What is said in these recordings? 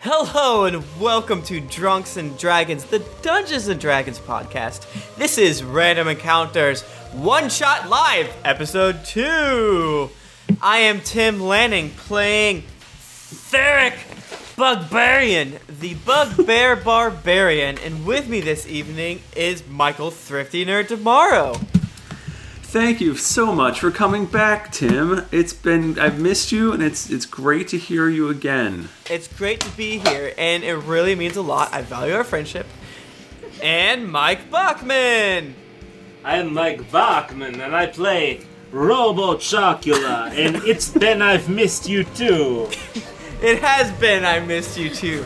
Hello and welcome to Drunks and Dragons, the Dungeons and Dragons podcast. This is Random Encounters One Shot Live, Episode 2. I am Tim Lanning playing Theric Bugbarian, the Bugbear Barbarian, and with me this evening is Michael Thrifty Nerd Tomorrow. Thank you so much for coming back, Tim. It's been I've missed you, and it's it's great to hear you again. It's great to be here, and it really means a lot. I value our friendship. And Mike Bachman! I'm Mike Bachman, and I play Robo Chocula, and it's been I've missed you too. It has been I Missed You Too.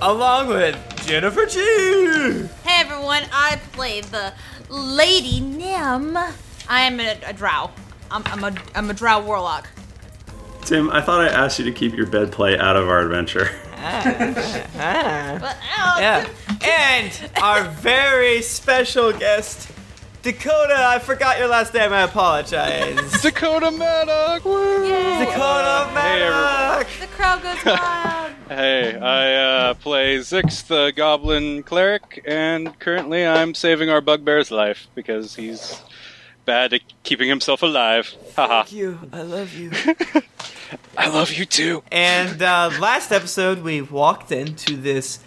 Along with Jennifer Chu! Hey everyone, I play the Lady Nim. I am a, a drow. I'm, I'm a I'm a drow warlock. Tim, I thought I asked you to keep your bed play out of our adventure. But oh, Yeah. And our very special guest, Dakota. I forgot your last name, I apologize. Dakota Maddock! Woo! Dakota Maddock! the crowd goes wild. Hey, I uh, play Zix, the Goblin Cleric, and currently I'm saving our bugbear's life because he's bad at keeping himself alive. Haha. Thank you. I love you. I love you too. And uh, last episode, we walked into this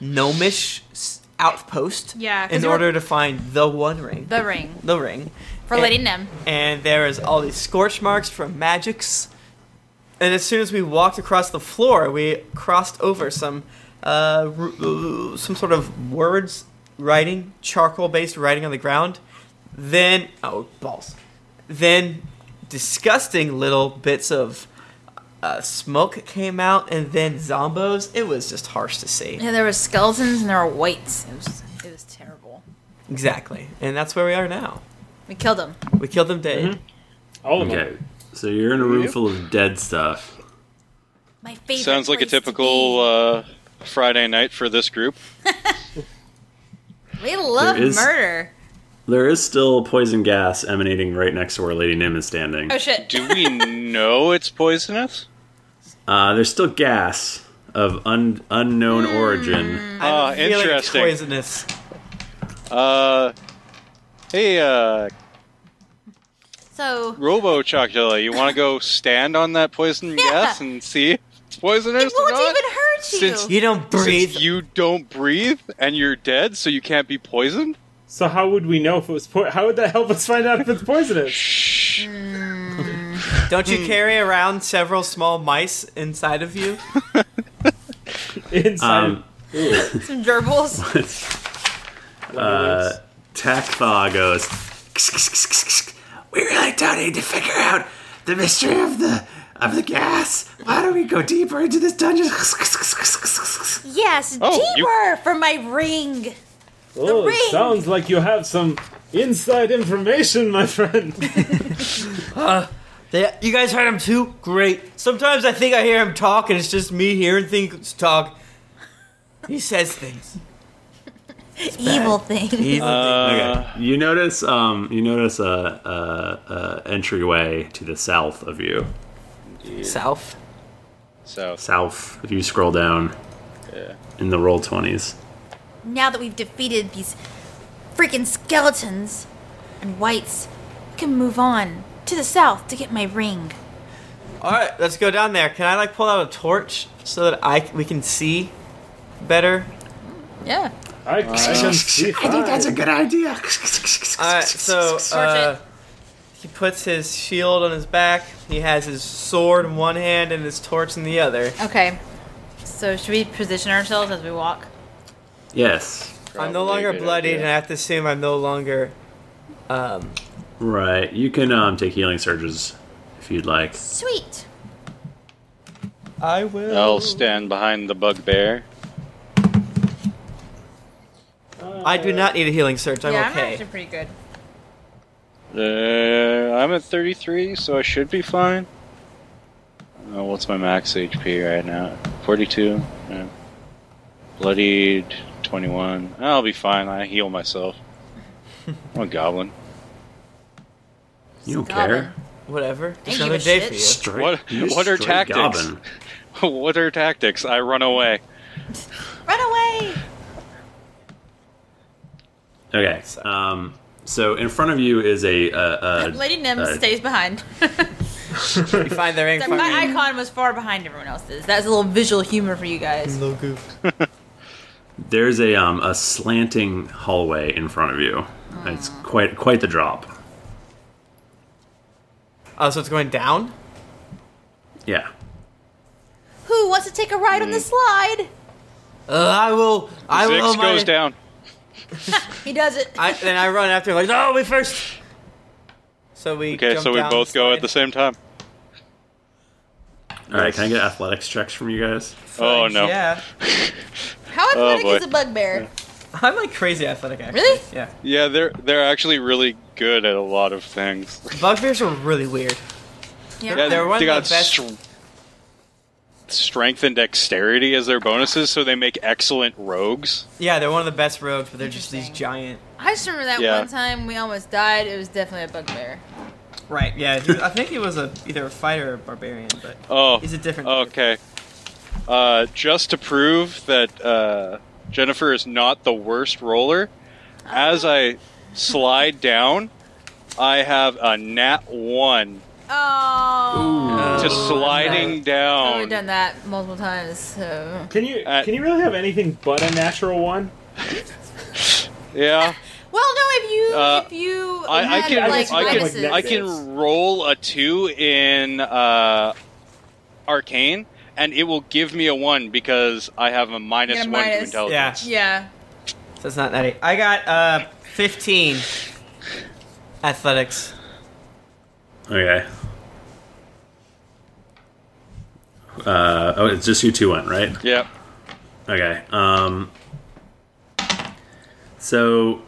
gnomish s- outpost Yeah, 'cause in we were- order to find the One Ring. the ring the ring. for Lady Nim. and there is all these scorch marks from magics. And as soon as we walked across the floor, we crossed over some uh, ru- uh, some sort of words writing, charcoal-based writing on the ground. Then oh balls. Then disgusting little bits of uh, smoke came out, and then zombos. It was just harsh to see. Yeah, there were skeletons and there were whites. It was it was terrible. Exactly, and that's where we are now. We killed them. We killed them dead. All of them. Okay, so you're in a room full of dead stuff. My favorite. Sounds like a place to typical uh, Friday night for this group. be. uh, We love There is- murder. There is still poison gas emanating right next to where Lady Nim is standing. Oh shit. Do we know it's poisonous? Uh, there's still gas of un- unknown origin. I have a Ah, feeling it's interesting. Poisonous. Uh, hey, uh, So Robo Chocula, you want to go stand on that poison Yeah. gas and see if it's poisonous it or won't not? even hurt you. Since You don't breathe. Since you don't breathe and you're dead, so you can't be poisoned. So how would we know if it was po- how would that help us find out if it's poisonous? Shh. Don't you carry around several small mice inside of you? Inside. Um, Some gerbils. Uh, Takthaw goes. "Ksk, ksk, ksk, ksk, ksk. We really don't need to figure out the mystery of the of the gas. Why don't we go deeper into this dungeon? Ksk, ksk, ksk, ksk, ksk, ksk." yes, Oh, you- deeper for my ring. oh, ring. sounds like you have some inside information, my friend. They, you guys heard him too? Great. Sometimes I think I hear him talk and it's just me hearing things talk. He says things. Evil Uh, thing. He's Okay. You notice um you notice a, a, a entryway to the south of you. south. So South. If you scroll down in the roll twenties. Now that we've defeated these freaking skeletons and whites, we can move on to the south to get my ring. All right, let's go down there. Can I like pull out a torch so that I we can see better? Yeah. I, I can see fine. a good idea. All right, so uh, he puts his shield on his back. He has his sword in one hand and his torch in the other. Okay. So should we position ourselves as we walk? Yes. I'm no longer bloodied, and I have to assume I'm no longer. Um, Right. You can um take healing surges if you'd like. Sweet. I will. I'll stand behind the bugbear. I do not need a healing surge. I'm okay. pretty good. Uh, I'm at 33, so I should be fine. Uh, what's my max HP right now? 42. Yeah. Bloodied 21. I'll be fine. I heal myself. I'm a goblin. You don't Goblin. care. Whatever. It's give another a day shit. for you. Straight, What- you're what are straight tactics? Goblin. what are tactics? I run away. Run away! Okay. Um, so in front of you is a. Uh, uh, Lady Nim uh, stays behind. You find their So ring. my icon was far behind everyone else's. That's a little visual humor for you guys. Little goof. there's a um, a slanting hallway in front of you. It's quite quite the drop. Oh, so it's going down. Yeah. Who wants to take a ride on Mm. the slide? Uh, I will. I Six will. goes my- down. He does it. I, then I run after him like, no, we first. So we. Okay, jump so we down both go at the slide. same time. All right. Can I get athletics checks from you guys? Oh no. Yeah, How athletic boy. is a bugbear? I'm like crazy athletic. Actually. Really? Yeah. Yeah, they're they're actually really good at a lot of things. Bugbears are really weird. Yeah, They're one they of the got best- str- strength and dexterity as their bonuses, so they make excellent rogues. Yeah, they're one of the best rogues, but they're just these Interesting. giant. I just remember that Yeah. one time we almost died. It was definitely a bugbear. Right. Yeah. He, I think he was a either a fighter or a barbarian, but Oh, he's a different. bird. okay. Uh, just to prove that uh, Jennifer is not the worst roller, as I slide down, I have a nat one Oh. to sliding Oh, down. We've done that multiple times. So Can you Uh, can you really have anything but a natural one? Yeah, well, no, if you Uh, if you I, I had, can like I can minuses. I can roll a two in uh, arcane, and it will give me a one because I have a minus Yeah, one to minus. Yeah. intelligence. Yeah. So it's not that. eight. I got uh 15. Athletics. Okay. Uh, oh, it's just you two went right. Yeah. Okay. Um. So.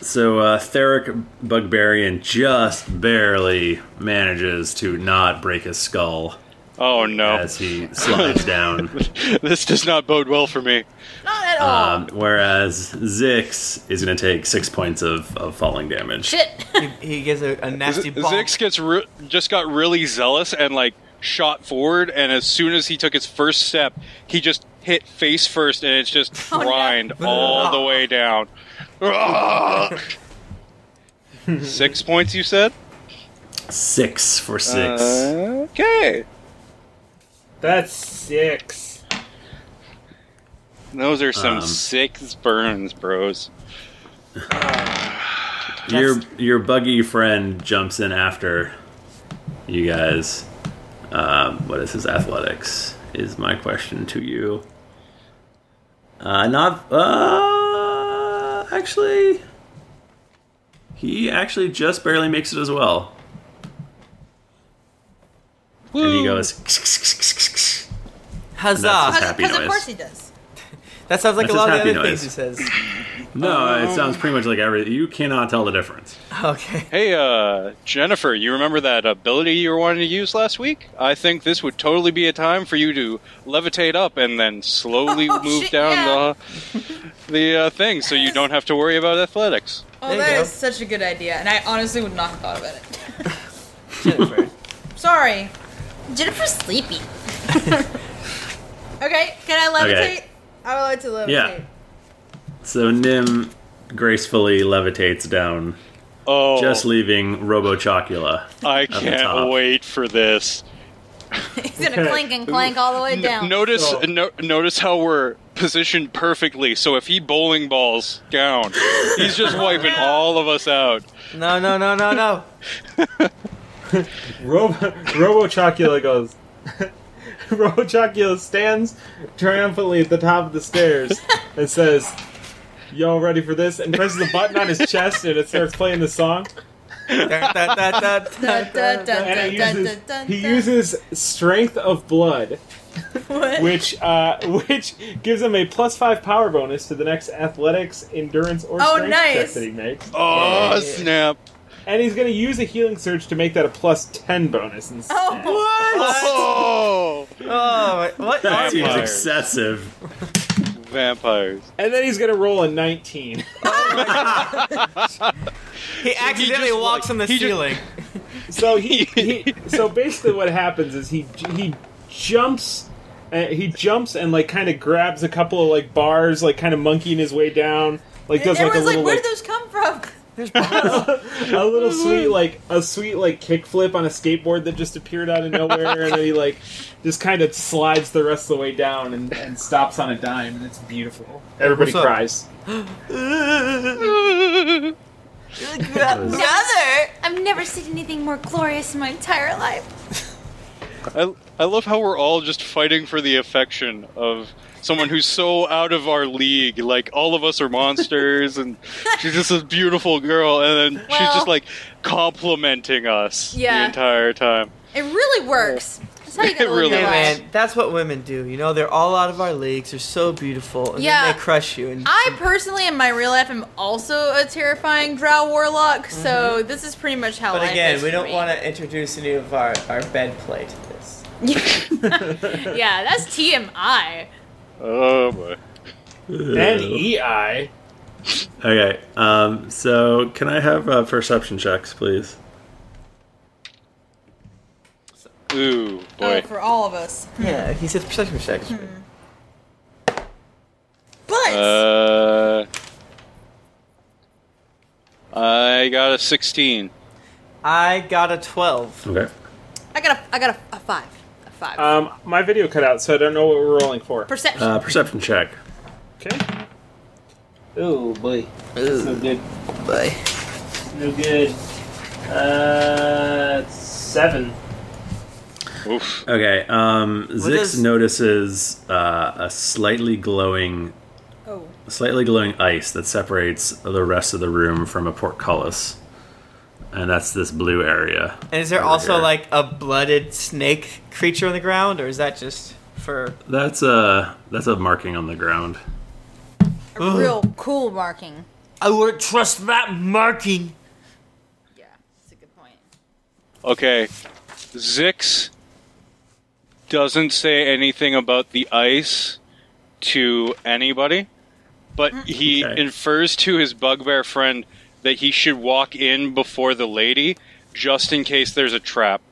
So uh, Theric Bugbarian just barely manages to not break his skull Oh no. as he slides down. this does not bode well for me. Not at all. Um, whereas Zix is going to take six points of, of falling damage. Shit. He, he gives a, a nasty ball. Zix gets re- just got really zealous and like shot forward, and as soon as he took his first step, he just hit face first, and it's just Oh, no. grind all the way down. Six points, you said? Six for six. Uh, Okay. That's six. Those are some Um, six burns, bros. your your buggy friend jumps in after you guys. Um, what is his athletics? Is my question to you. Uh, not uh, actually. He actually just barely makes it as well, and he Woo. goes. "Kss-kss-kss-kss-kss." Huzzah. That's Because happy because of noise. course he does. That sounds like That's a lot of his the other happy things he says. No, Oh. it sounds pretty much like every. You cannot tell the difference. Okay. Hey, uh, Jennifer, you remember that ability you were wanting to use last week? I think this would totally be a time for you to levitate up and then slowly Oh, move shit, down yeah. the the uh, thing, so you don't have to worry about athletics. Oh, There you that go. is such a good idea, and I honestly would not have thought about it. Jennifer. Sorry. Jennifer's sleepy. okay, can I levitate? Okay. I would like to levitate. Yeah. So Nim gracefully levitates down, Oh, just leaving Robo Chocula. I the top. can't wait for this. He's gonna clink and clank all the way down. Notice, So- no, notice how we're positioned perfectly. So if he bowling balls down, he's just wiping all of us out. No, no, no, no, no. Robo Robo Chocula goes. Robo Chocula stands triumphantly at the top of the stairs and says, "Y'all ready for this?" And presses the button on his chest, and it starts playing the song. Da, da, da, da, da. Da, da, da, da, And he da, uses, da, da, he da. uses strength of blood, What? which uh, which gives him a plus five power bonus to the next athletics, endurance, or Oh, strength check nice. that he makes. Oh snap! And he's going to use a healing surge to make that a plus ten bonus instead. Oh, What? Oh, Oh, what? That Vampire. seems excessive. vampires. And then he's going to roll a nineteen. He accidentally just, walks like, on the he just- ceiling. So he, he so basically what happens is he he jumps. Uh, he jumps and like kind of grabs a couple of like bars, like kind of monkeying his way down. Like does like a Everyone's little like, where like, did those come from? a little sweet like a sweet like kickflip on a skateboard that just appeared out of nowhere and then he like just kind of slides the rest of the way down and, and stops on a dime and it's beautiful everybody What's up? cries Another? I've never seen anything more glorious in my entire life. I, I love how we're all just fighting for the affection of someone who's so out of our league. Like, all of us are monsters, and she's just this beautiful girl, and then she's Well- just like complimenting us Yeah. the entire time. It really works. That's how you get It really really does. life. man, that's what women do. You know, they're all out of our leagues. They're so beautiful, and Yeah. then they crush you. And I personally, in my real life, am also a terrifying drow warlock, so this is pretty much how but life again, is we for don't me. want to introduce any of our our bed play to this. yeah, that's TMI. Oh, boy. and ei Okay. Um, so can I have uh, perception checks, please? Ooh, Oh, boy. for all of us. Yeah, he says perception checks. Hmm. But Oh, Uh, Uh, I got a 16. I got a twelve. Okay. I got a, I got a, a five, a five um my video cut out so i don't know what we're rolling for perception. Uh, perception check. okay oh boy Ooh, good boy. no good uh seven Oof. Okay. Um, Zix is- notices uh, a slightly glowing, oh, slightly glowing ice that separates the rest of the room from a portcullis, and that's this blue area. And is there over also here. like a blooded snake creature on the ground, or is that just for? that's a that's a marking on the ground? a real cool marking. I wouldn't trust that marking. Yeah, that's a good point. Okay. Zix doesn't say anything about the ice to anybody, but Mm. he Okay. infers to his bugbear friend that he should walk in before the lady just in case there's a trap.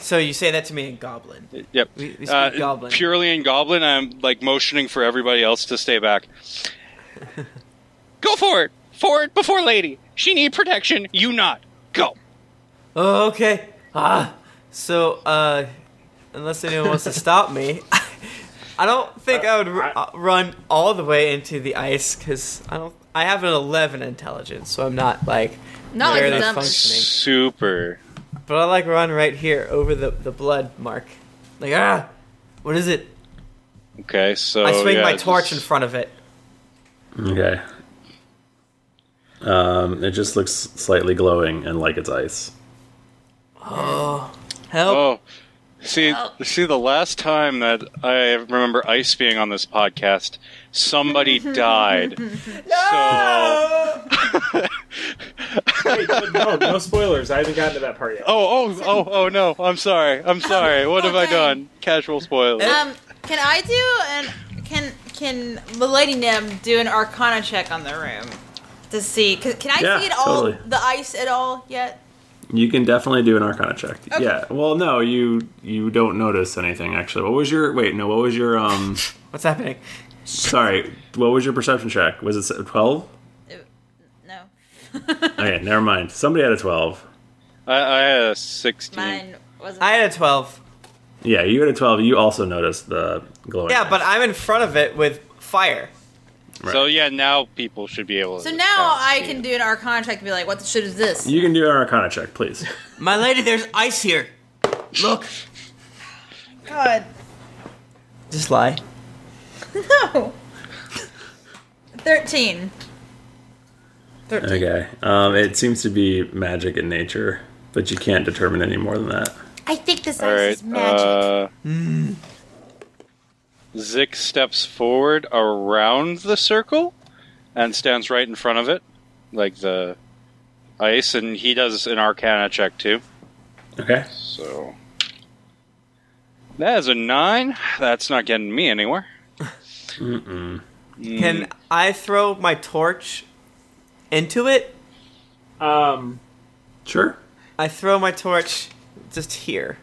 So you say that to me in Goblin. Yep. We- we speak uh, Goblin. Purely in Goblin, I'm like motioning for everybody else to stay back. Go for it! For it before lady! She need protection, you not. Go! Oh, okay. Ah. So, uh, unless anyone wants to stop me, I don't think I would r- uh, run all the way into the ice because I don't. I have an 11 intelligence, so I'm not like Not like barely the dumbest. functioning. Super. But I like run right here over the the blood mark. Like ah, what is it? Okay, so I swing Oh, yeah, my torch just- in front of it. Okay. Um, it just looks slightly glowing and like it's ice. Help! Oh, see, Help. see, the last time that I remember Ice being on this podcast, somebody died. So, Wait, but no, no spoilers i haven't gotten to that part yet oh, oh, oh, oh no! I'm sorry. I'm sorry. What have I Okay. done? Casual spoiler. Eh? Um, can I do an can can Milady Nim do an Arcana check on the room to see? Can, can I Yeah, see it all totally. the ice at all yet? You can definitely do an Arcana check. Okay. Yeah. Well, no, you you don't notice anything actually. What was your wait? No, what was your um? What's happening? sorry, what was your perception check? Was it twelve? No, Okay, never mind. Somebody had a twelve. I, I had a sixteen. mine wasn't. I had a 12. Yeah, you had a twelve. You also noticed the glowing. Yeah, but I'm in front of it with fire. So yeah, now people should be able. so to now kinda I see can it. do an Arcana check and be like, "What the shit is this?" you can do an Arcana check, please. My lady, there's ice here. Look. God, Just lie. no. Thirteen. Thirteen. Okay. Um, it seems to be magic in nature, but you can't determine any more than that. I think this All ice right. is magic. Uh, Zick steps forward around the circle and stands right in front of it, like the ice, and he does an Arcana check too. Okay. So that is a nine. That's not getting me anywhere. Can I throw my torch into it? um Sure. I throw my torch just here.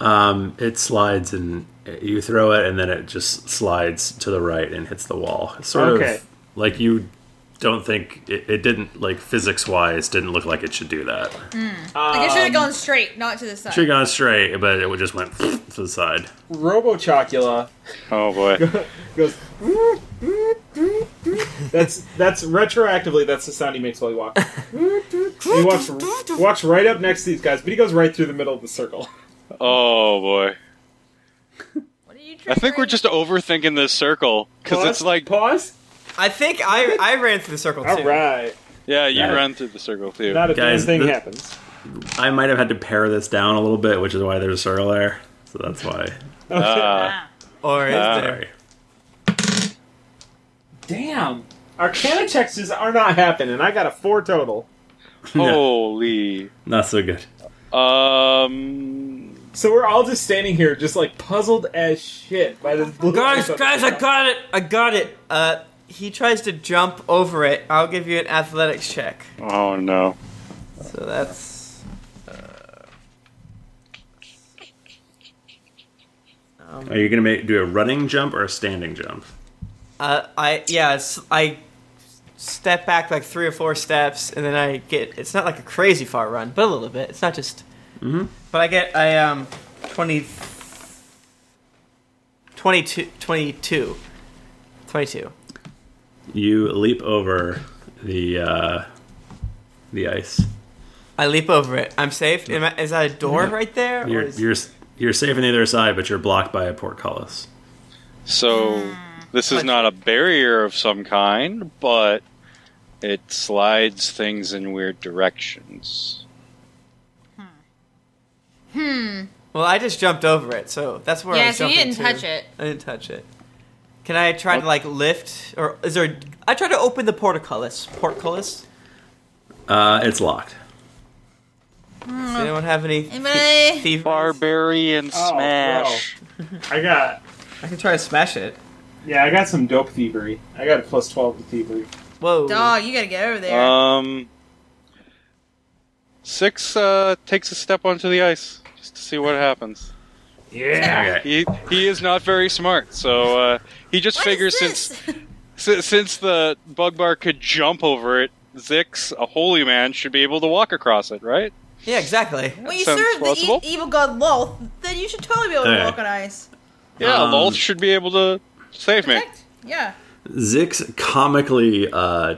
Um, it slides and you throw it, and then it just slides to the right and hits the wall. It's Sort Okay. of like you don't think it, it didn't like physics wise didn't look like it should do that. Like, it should have gone straight, not to the side. Should have gone straight, but it just went to the side. Robochocula Oh boy. goes. That's that's retroactively. That's the sound he makes while he walks. he walks walks right up next to these guys, but he goes right through the middle of the circle. Oh boy. What are you I think we're triggering? just overthinking this circle because Pause, it's like, pause. I think I I ran through the circle too. All right, yeah, you Yeah. run through the circle too. not a damn Guys, thing the- happens. I might have had to pare this down a little bit, which is why there's a circle there. So that's why. Uh, Ah. Or is Ah. there? Sorry. Damn, Arcana checks just are not happening. I got a four total. holy. Not so good. Um. So we're all just standing here, just like puzzled as shit by this blue. Guys, guys, I got it! I got it! Uh, he tries to jump over it. I'll give you an athletics check. Oh no. So that's. Are you gonna make do a running jump or a standing jump? Uh, I yeah, s I step back like three or four steps, and then I get. It's not like a crazy far run, but a little bit. It's not just. Mm-hmm. But I get I um, 20, 22, 22, 22. You leap over the uh, the ice. I leap over it. I'm safe. Am I, is that a door right there? or You're is- you're you're safe on the other side, but you're blocked by a portcullis. Hmm. So this is not a barrier of some kind, but it slides things in weird directions. Well, I just jumped over it, so that's where I Yeah, was so you jumping didn't to. touch it. I didn't touch it. Can I try Oh. to like lift or is there? I try to open the portcullis. Portcullis. Uh, it's locked. Does anyone have any Hmm. Anybody? thievery? Barbarian Oh, smash. smash. I got I can try to smash it. yeah, I got some dope thievery. I got a plus twelve to thievery. Whoa! Dog, you gotta get over there. Um. Six uh, takes a step onto the ice just to see what happens. Yeah. Okay. He he is not very smart, so uh, he just What figures is since this? si- since the bug bar could jump over it, Zix, a holy man, should be able to walk across it, right? Yeah, exactly. when you sounds serve the e- plausible. evil god Loth, then you should totally be able to Alright. walk on ice. Yeah, Um, Lolth should be able to save me. Correct? Yeah. Zix comically uh,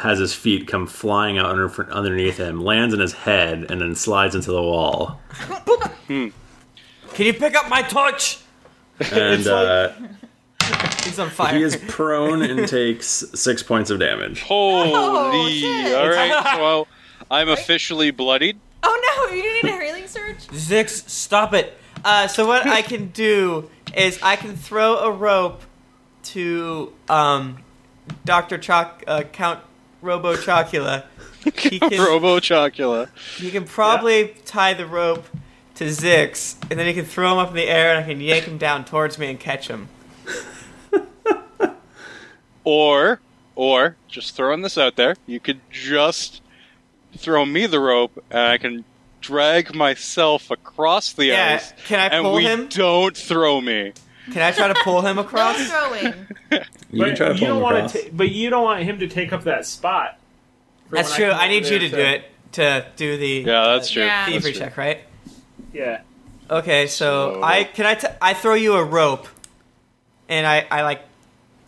has his feet come flying out under, underneath him, lands in his head, and then slides into the wall. Can you pick up my torch? And uh, He's on fire. he is prone and takes six points of damage. Holy! Oh, shit. All right, well, I'm officially bloodied. Oh no, you didn't need a healing surge? Zix, stop it. Uh, so what I can do is I can throw a rope to um, Doctor Choc- uh, Count Robo Chocula. He can, Robo Chocula. he can probably tie the rope to Zix, and then he can throw him up in the air, and I can yank him down towards me and catch him. Or, or just throwing this out there, you could just throw me the rope, and I can drag myself across the Yeah, ice. can I and pull we him? Don't throw me. Can I try to pull him No across? throwing. You can try to you pull don't him want across. to, but you don't want him to take up that spot. for That's when true. come I need over you there, to do so- it to do the Yeah, that's true. Yeah. That's thievery true. check, right? Yeah. Okay, so, So- I can I t- I throw you a rope, and I I like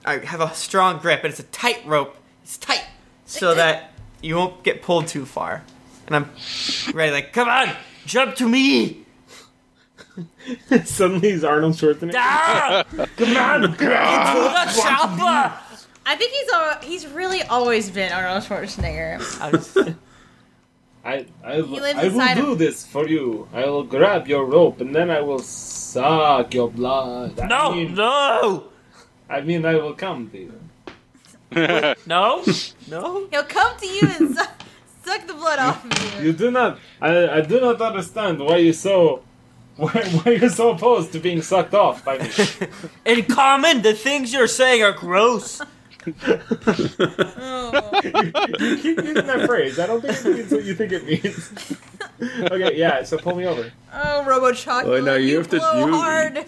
I have a strong grip, and it's a tight rope. It's tight, so that you won't get pulled too far. And I'm ready, like, come on, jump to me! Suddenly he's Arnold Schwarzenegger. Ah, Come on, that's Alpha! I think he's al- he's really always been Arnold Schwarzenegger. I was- I, I, will- lives I will inside do him. this for you. I will grab your rope and then I will suck your blood. I no, mean, no, I mean, I will come to you. no, no. He'll come to you and su- suck the blood off of You you. do not. I, I do not understand why you so. Why, why you're so opposed to being sucked off by me? In common, the things you're saying are gross. Oh. You keep using that phrase. I don't think it means what you think it means. okay, yeah. So pull me over. Oh, Robo Chocolate. Well, no, you you have to- blow you- hard.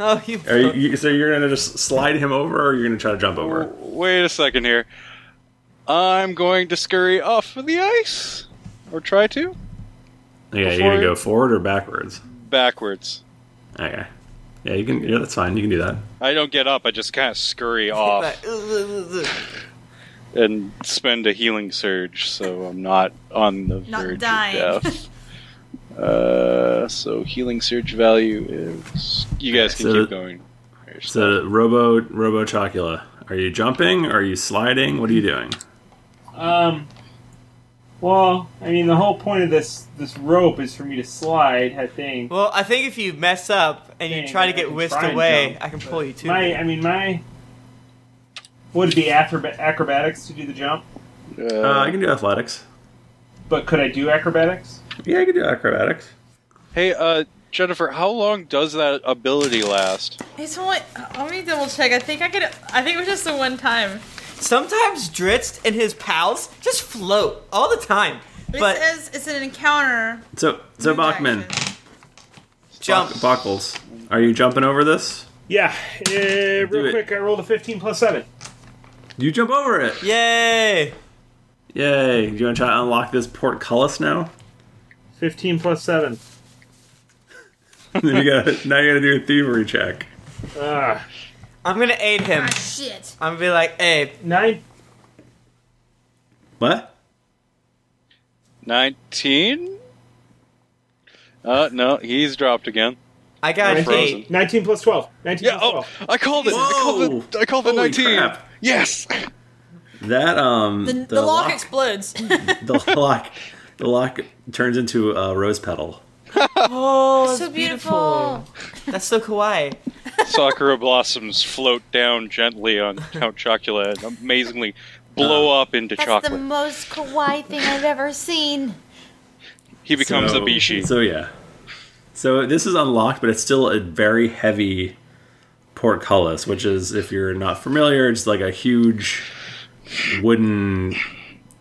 Oh, you. Are you, you- so you're gonna just slide him over, or you're gonna try to jump over? Wait a second here. I'm going to scurry off of the ice. Or try to. Yeah, you're gonna Before- go forward or backwards. Backwards. Okay. Yeah, you can. Yeah, that's fine. You can do that. I don't get up, I just kind of scurry off and spend a healing surge so I'm not on the Not verge dying. of death. Uh, so healing surge value is. You guys can So- keep going. So, Robo Robo Chocula, are you jumping? Are you sliding? What are you doing? Um. Well, I mean, the whole point of this this rope is for me to slide. I think. Well, I think if you mess up and you Yeah, try to I get can whisked try and away, jump, I can pull you too. My, I mean, my would it be acrob- acrobatics to do the jump, Uh, I can do athletics. but could I do acrobatics? Yeah, I can do acrobatics. hey, uh, Jennifer, how long does that ability last? It's only. Let me double check. I think I could. I think it was just the one time. Sometimes Dritz and his pals just float all the time, It but says it's an encounter. So, so move Bachman, action. jump. Buckles, are you jumping over this? Yeah, uh, real it. quick, I rolled a fifteen plus seven. You jump over it. Yay! Yay! Do you want to try to unlock this portcullis now? Fifteen plus seven. then you got to now you got to do a thievery check. Uh, I'm gonna aid him. Ah, shit. I'm gonna be like, hey, nine. What? 19? Uh, no, he's dropped again. I got Right. an eight. Frozen. 19 plus 12. 19 Yeah, plus oh, 12. I called it. I called it. I called it Holy 19. crap. Yes! That um The, the, lock, explodes. the lock the lock turns into a rose petal. Oh, that's so beautiful. That's so kawaii. Sakura blossoms float down gently on Count Chocula and amazingly blow Uh, up into That's the chocolate. most kawaii thing I've ever seen. he becomes a Bishi. So yeah. So this is unlocked, but it's still a very heavy portcullis, which is if you're not familiar, it's like a huge wooden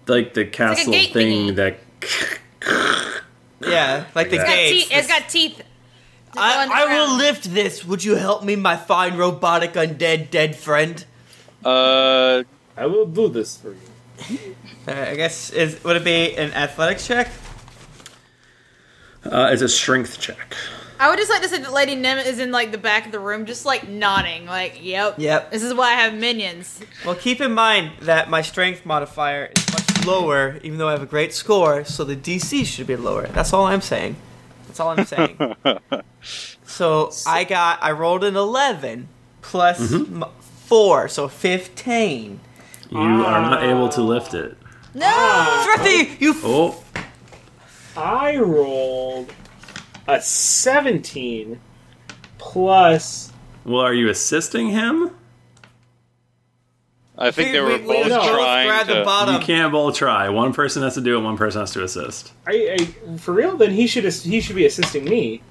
like the castle gate thing thingy. that Yeah, like the It's got gates. it's got teeth. I, on the I will ground. lift this. Would you help me, my fine robotic undead dead friend? Uh, I will do this for you. All right, Uh, I guess is would it be an athletics check? uh, is a strength check. I would just like to say that Lady Nim is in like the back of the room, just like nodding, like, "Yep, Yep. This is why I have minions." Well, keep in mind that my strength modifier is much lower, even though I have a great score, so the DC should be lower. That's all I'm saying. That's all I'm saying. so I got, I rolled an 11 plus Mm-hmm. m- 4, so 15. You are Ah. not able to lift it. Thrifty, you f- Oh, I rolled a 17 plus. well, are you assisting him? I think they We- were we- we both both trying grabbed the to. bottom. You can't both try. One person has to do it. One person has to assist. I, I for real? Then he should ass- he should be assisting me.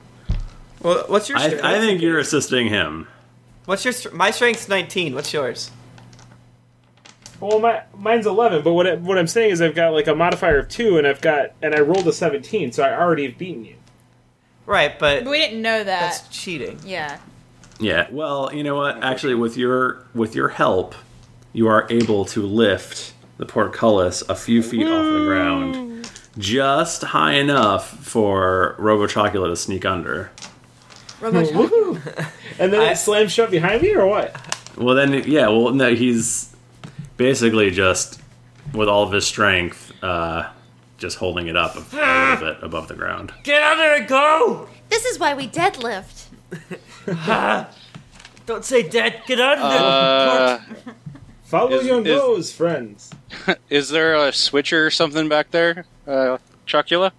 Well, what's your I, strength? I think you're assisting him. what's your str- my strength's 19. What's yours? Well, my mine's eleven, but what I, what I'm saying is I've got like a modifier of two, and I've got and I rolled a seventeen, so I already have beaten you. Right, but But we didn't know that. that's cheating. yeah. Yeah. Well, you know what? Actually, with your with your help, you are able to lift the portcullis a few feet off the ground, just high enough for Robo Chocolate to sneak under. Woohoo! And then I- it slams shut behind me, or what? Well, then, yeah. Well, no, he's basically just with all of his strength, uh, just holding it up a little bit above the ground. Get out there and go! This is why we deadlift. Don't say dead. Get out of there. Uh, Follow Is- your is- nose, friends. uh, is there a switcher or something back there, uh, Chocula?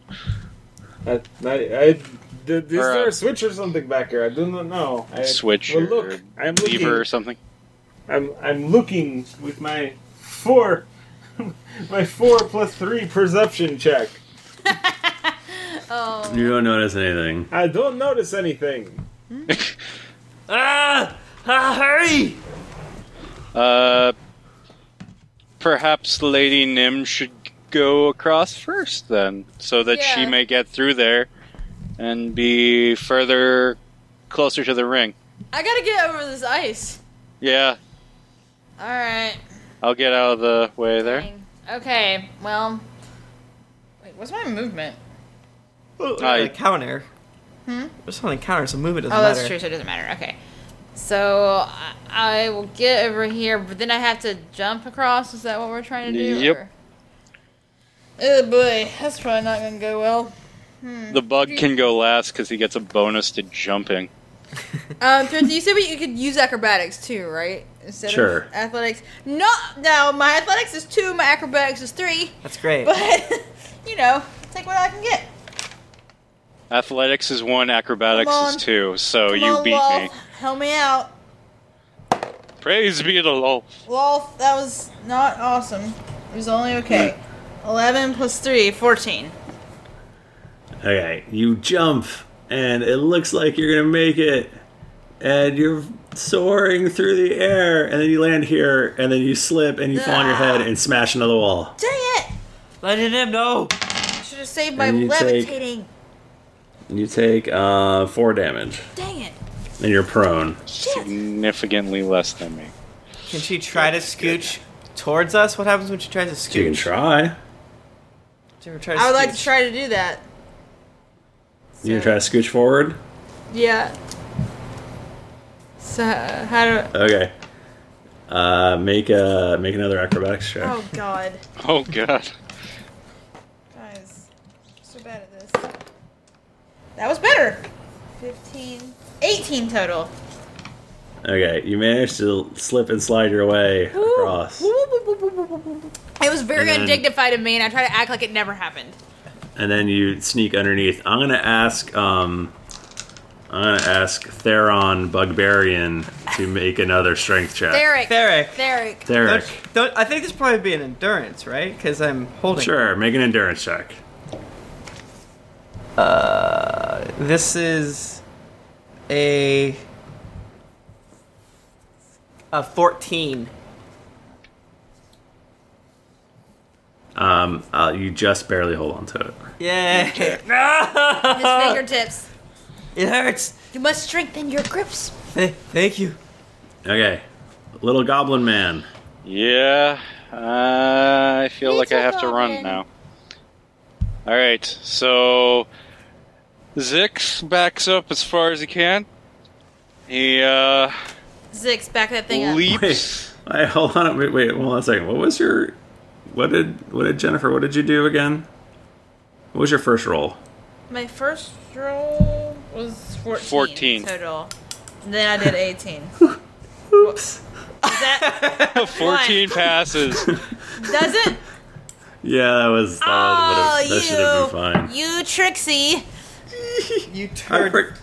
I, I, I, th- is Or, uh, there a switch or something back here? I do not know. I, Switch Well, or look, I'm looking. lever or something? I'm I'm looking with my four, my four plus three perception check. Oh. You don't notice anything. I don't notice anything. ah, ah, hurry! Uh, perhaps Lady Nim should go across first then, so that she Yeah. may get through there and be further closer to the ring. I gotta get over this ice. Yeah, All right. I'll get out of the way there. Okay. Well. Wait, what's my movement? Well, I- a counter. Hmm? There's not a counter, so move it doesn't Oh, that's matter. true. So it doesn't matter. Okay. So I, I will get over here, but then I have to jump across. Is that what we're trying to do? Yep. or- Oh boy, that's probably not gonna go well. The bug can go last because he gets a bonus to jumping. Um, Trinity, you said we, you could use acrobatics too, right? Instead Sure. Of athletics. No, no, my athletics is two, my acrobatics is three, That's great. but you know, take what I can get. Athletics is one, acrobatics Come on. is two, so Come Oh, you on, beat Lolf, me. Help me out, Praise be to Lol. Lolf. That was not awesome. It was only okay. Hmm. Eleven plus three, fourteen. Okay, you jump, and it looks like you're gonna make it, and you're soaring through the air, and then you land here, and then you slip, and you fall on your head and smash into the wall. Dang it! Lightning Nim, no! I should have saved my And you take- levitating. And you take uh, four damage, Dang it. and you're prone. Significantly less than me. Can she try to scooch towards us? What happens when she tries to scooch? You can try. Did you ever try I would like to scooch? try to do that. You can try to scooch forward. Yeah. So how do? Okay. Uh, make a make another acrobatics check. Oh God. Oh god. Guys, so bad at this. That was better. 15, 18 total. Okay, you managed to slip and slide your way across, It was very And then- undignified of me, and I try to act like it never happened. and then you sneak underneath. I'm gonna ask, um, I'm gonna ask Theron Bugbarian to make another strength check. Derek. Theric. Derek. Theric, Don't- don't- I think this probably be an endurance, right? Because I'm holding. sure, make an endurance check. Uh, this is a a 14. Um, uh, you just barely hold on to it. Yay! His fingertips. it hurts. You must strengthen your grips. Th- thank you. Okay, little goblin man. Yeah, I feel like I have to run now. All right, so Zix backs up as far as he can. He uh, Zix, back that thing up. leaps. Wait, wait, hold on. Wait, wait, hold on a second. What was your, what did, what did Jennifer? What did you do again? What was your first roll? My first roll was 14, 14. total. And then I did 18. Oops. that Fourteen passes. does it? Yeah, that was that, Oh, would've- that should have been fine. you, you tricksy. You I, turned. frick-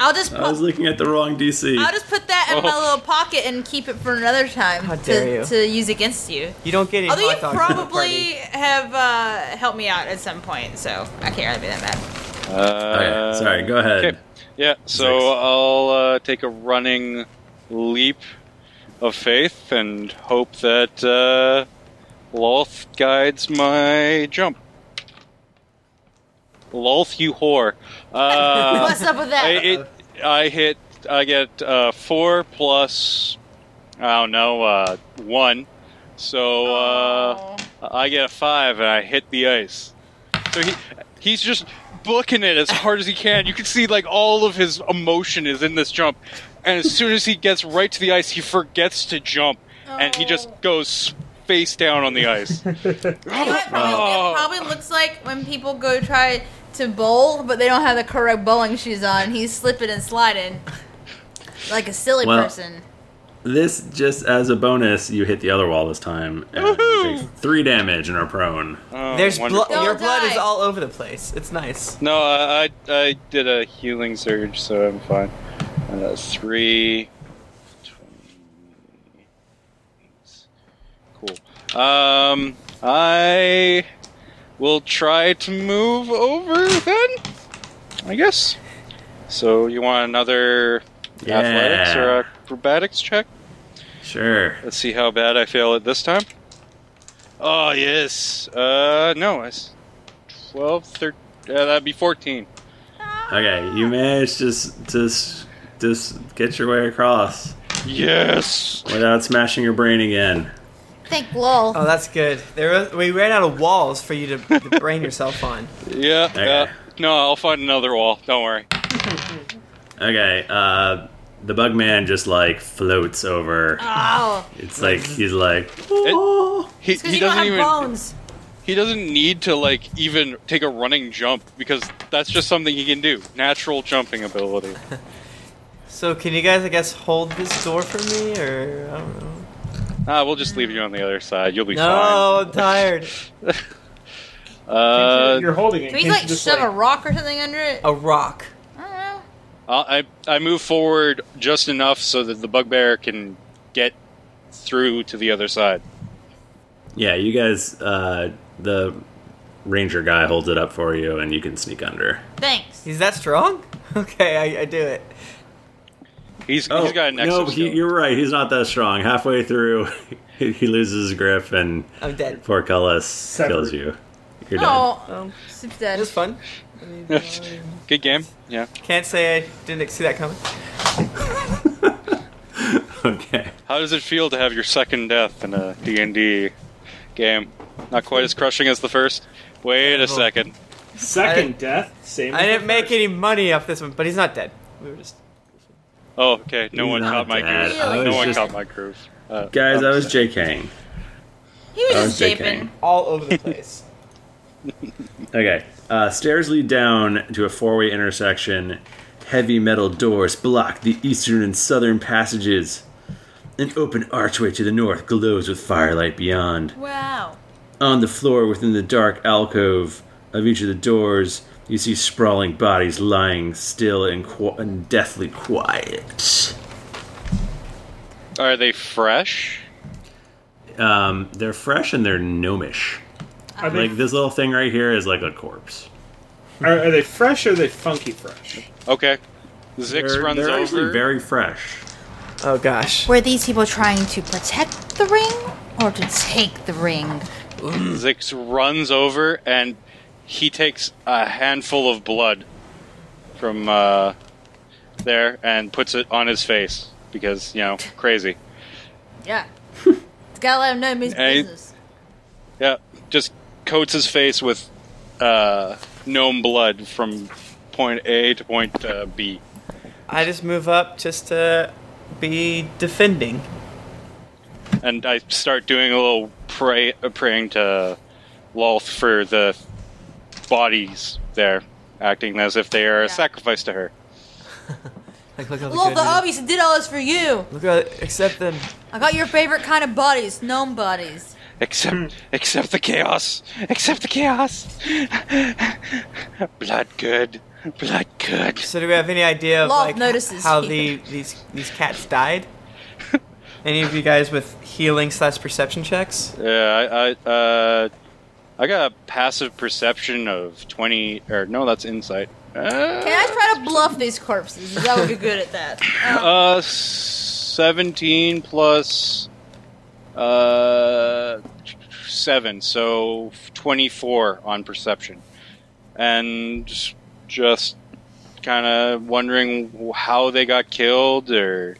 I'll just I was put, looking at the wrong DC. I'll just put that in my Oh. little pocket and keep it for another time How dare to, you. to use against you. You don't get any Although you hot dogs at the probably party. have uh, helped me out at some point, so I can't really be that mad. Uh, Okay, sorry, go ahead. Okay. Yeah, so Zix. I'll uh, take a running leap of faith and hope that uh, Lolth guides my jump. Lolth, you whore. Uh, What's up with I, that? it, I hit. I get uh, four plus. I don't know. Uh, one. So uh, Oh. I get a five, and I hit the ice. So he he's just booking it as hard as he can. You can see like all of his emotion is in this jump, and as soon as he gets right to the ice, he forgets to jump, and he just goes face down on the ice. You know what? Probably- It probably looks like when people go try to bowl, but they don't have the correct bowling shoes on. He's slipping and sliding like a silly Well- person. This just as a bonus, you hit the other wall this time and you Woohoo! take three damage and are prone. Oh, There's wonderful. blood. Your Don't blood is die. all over the place. It's nice. No, I, I I did a healing surge, so I'm fine. And that was three. 20. Cool. Um, I will try to move over then. I guess. So you want another athletics Yeah. or acrobatics check? Sure. Let's see how bad I fail it this time. Oh, yes. Uh, no, it's 12, 13, uh, that'd be 14. Okay, you managed to s- to s- to s- get your way across Yes! without smashing your brain again. Thank lol. Oh, that's good. There, was- we ran out of walls for you to, to brain yourself on. Yeah, Okay. yeah. No, I'll find another wall. Don't worry. Okay, uh, the bug man just like floats over. Oh, It's like he's like, He, because he you don't doesn't have even. bones. He doesn't need to like even take a running jump because that's just something he can do. Natural jumping ability. So, can you guys, I guess, hold this door for me, or I don't know? Ah, we'll just leave you on the other side. You'll be No, I'm tired. fine. Uh, You're holding it. Can we Can't like you just, shove a like- rock or something under it? A rock. I don't know. I I move forward just enough so that the bugbear can get through to the other side. yeah, you guys. Uh, the ranger guy holds it up for you, and you can sneak under. Thanks. He's that strong? Okay, I, I do it. He's he's got an Oh, no, exoskeleton. he, you're right. He's not that strong. Halfway through, he, he loses his grip, and I'm dead. poor Cullis Severed. kills you. You're done. Oh, Um, Sip's it dead. was fun. Good game. Yeah. Can't say I didn't see that coming. Okay. How does it feel to have your second death in a D and D game? Not quite as crushing as the first. Wait a second. second death. Same. I as didn't the make first. any money off this one, but he's not dead. We were just. Oh, okay. No one Not caught my bad. groove. I No was one just- caught my groove. Uh, Guys, I was upset. JKing. He was I was just japing. JKing. all over the place. Okay. Uh, stairs lead down to a four way intersection. Heavy metal doors block the eastern and southern passages. An open archway to the north glows with firelight beyond. Wow. On the floor within the dark alcove of each of the doors, you see sprawling bodies lying still and, qu- and deathly quiet. Are they fresh? Um, they're fresh and they're gnomish. Are they, Like this little thing right here is like a corpse. are, are they fresh or are they funky fresh? Okay. Zix they're, runs they're over. actually very fresh. Oh gosh. Were these people trying to protect the ring or to take the ring? Zix runs over and he takes a handful of blood from uh, there and puts it on his face because you know crazy. Yeah. It's gotta let him know his Hey. business. Yeah, just coats his face with uh, gnome blood from point A to point uh, B. I just move up just to be defending. and I start doing a little pray, uh, praying to Loth for the bodies there, acting as if they are a Yeah. sacrifice to her. Like look at the Well, good. the they- obvious did all this for you. Look at accept them. I got your favorite kind of bodies, gnome bodies. Except, except the chaos. Except the chaos. blood good. Blood good. So do we have any idea of Love like notices how the here. these these cats died? any of you guys with healing slash perception checks? Yeah, I, I, uh, I got a passive perception of twenty. Or no, that's insight. Uh, Can I try to bluff these corpses? Is that would be good at that. Uh, Uh, seventeen plus uh seven, so twenty-four on perception, and just kind of wondering how they got killed, or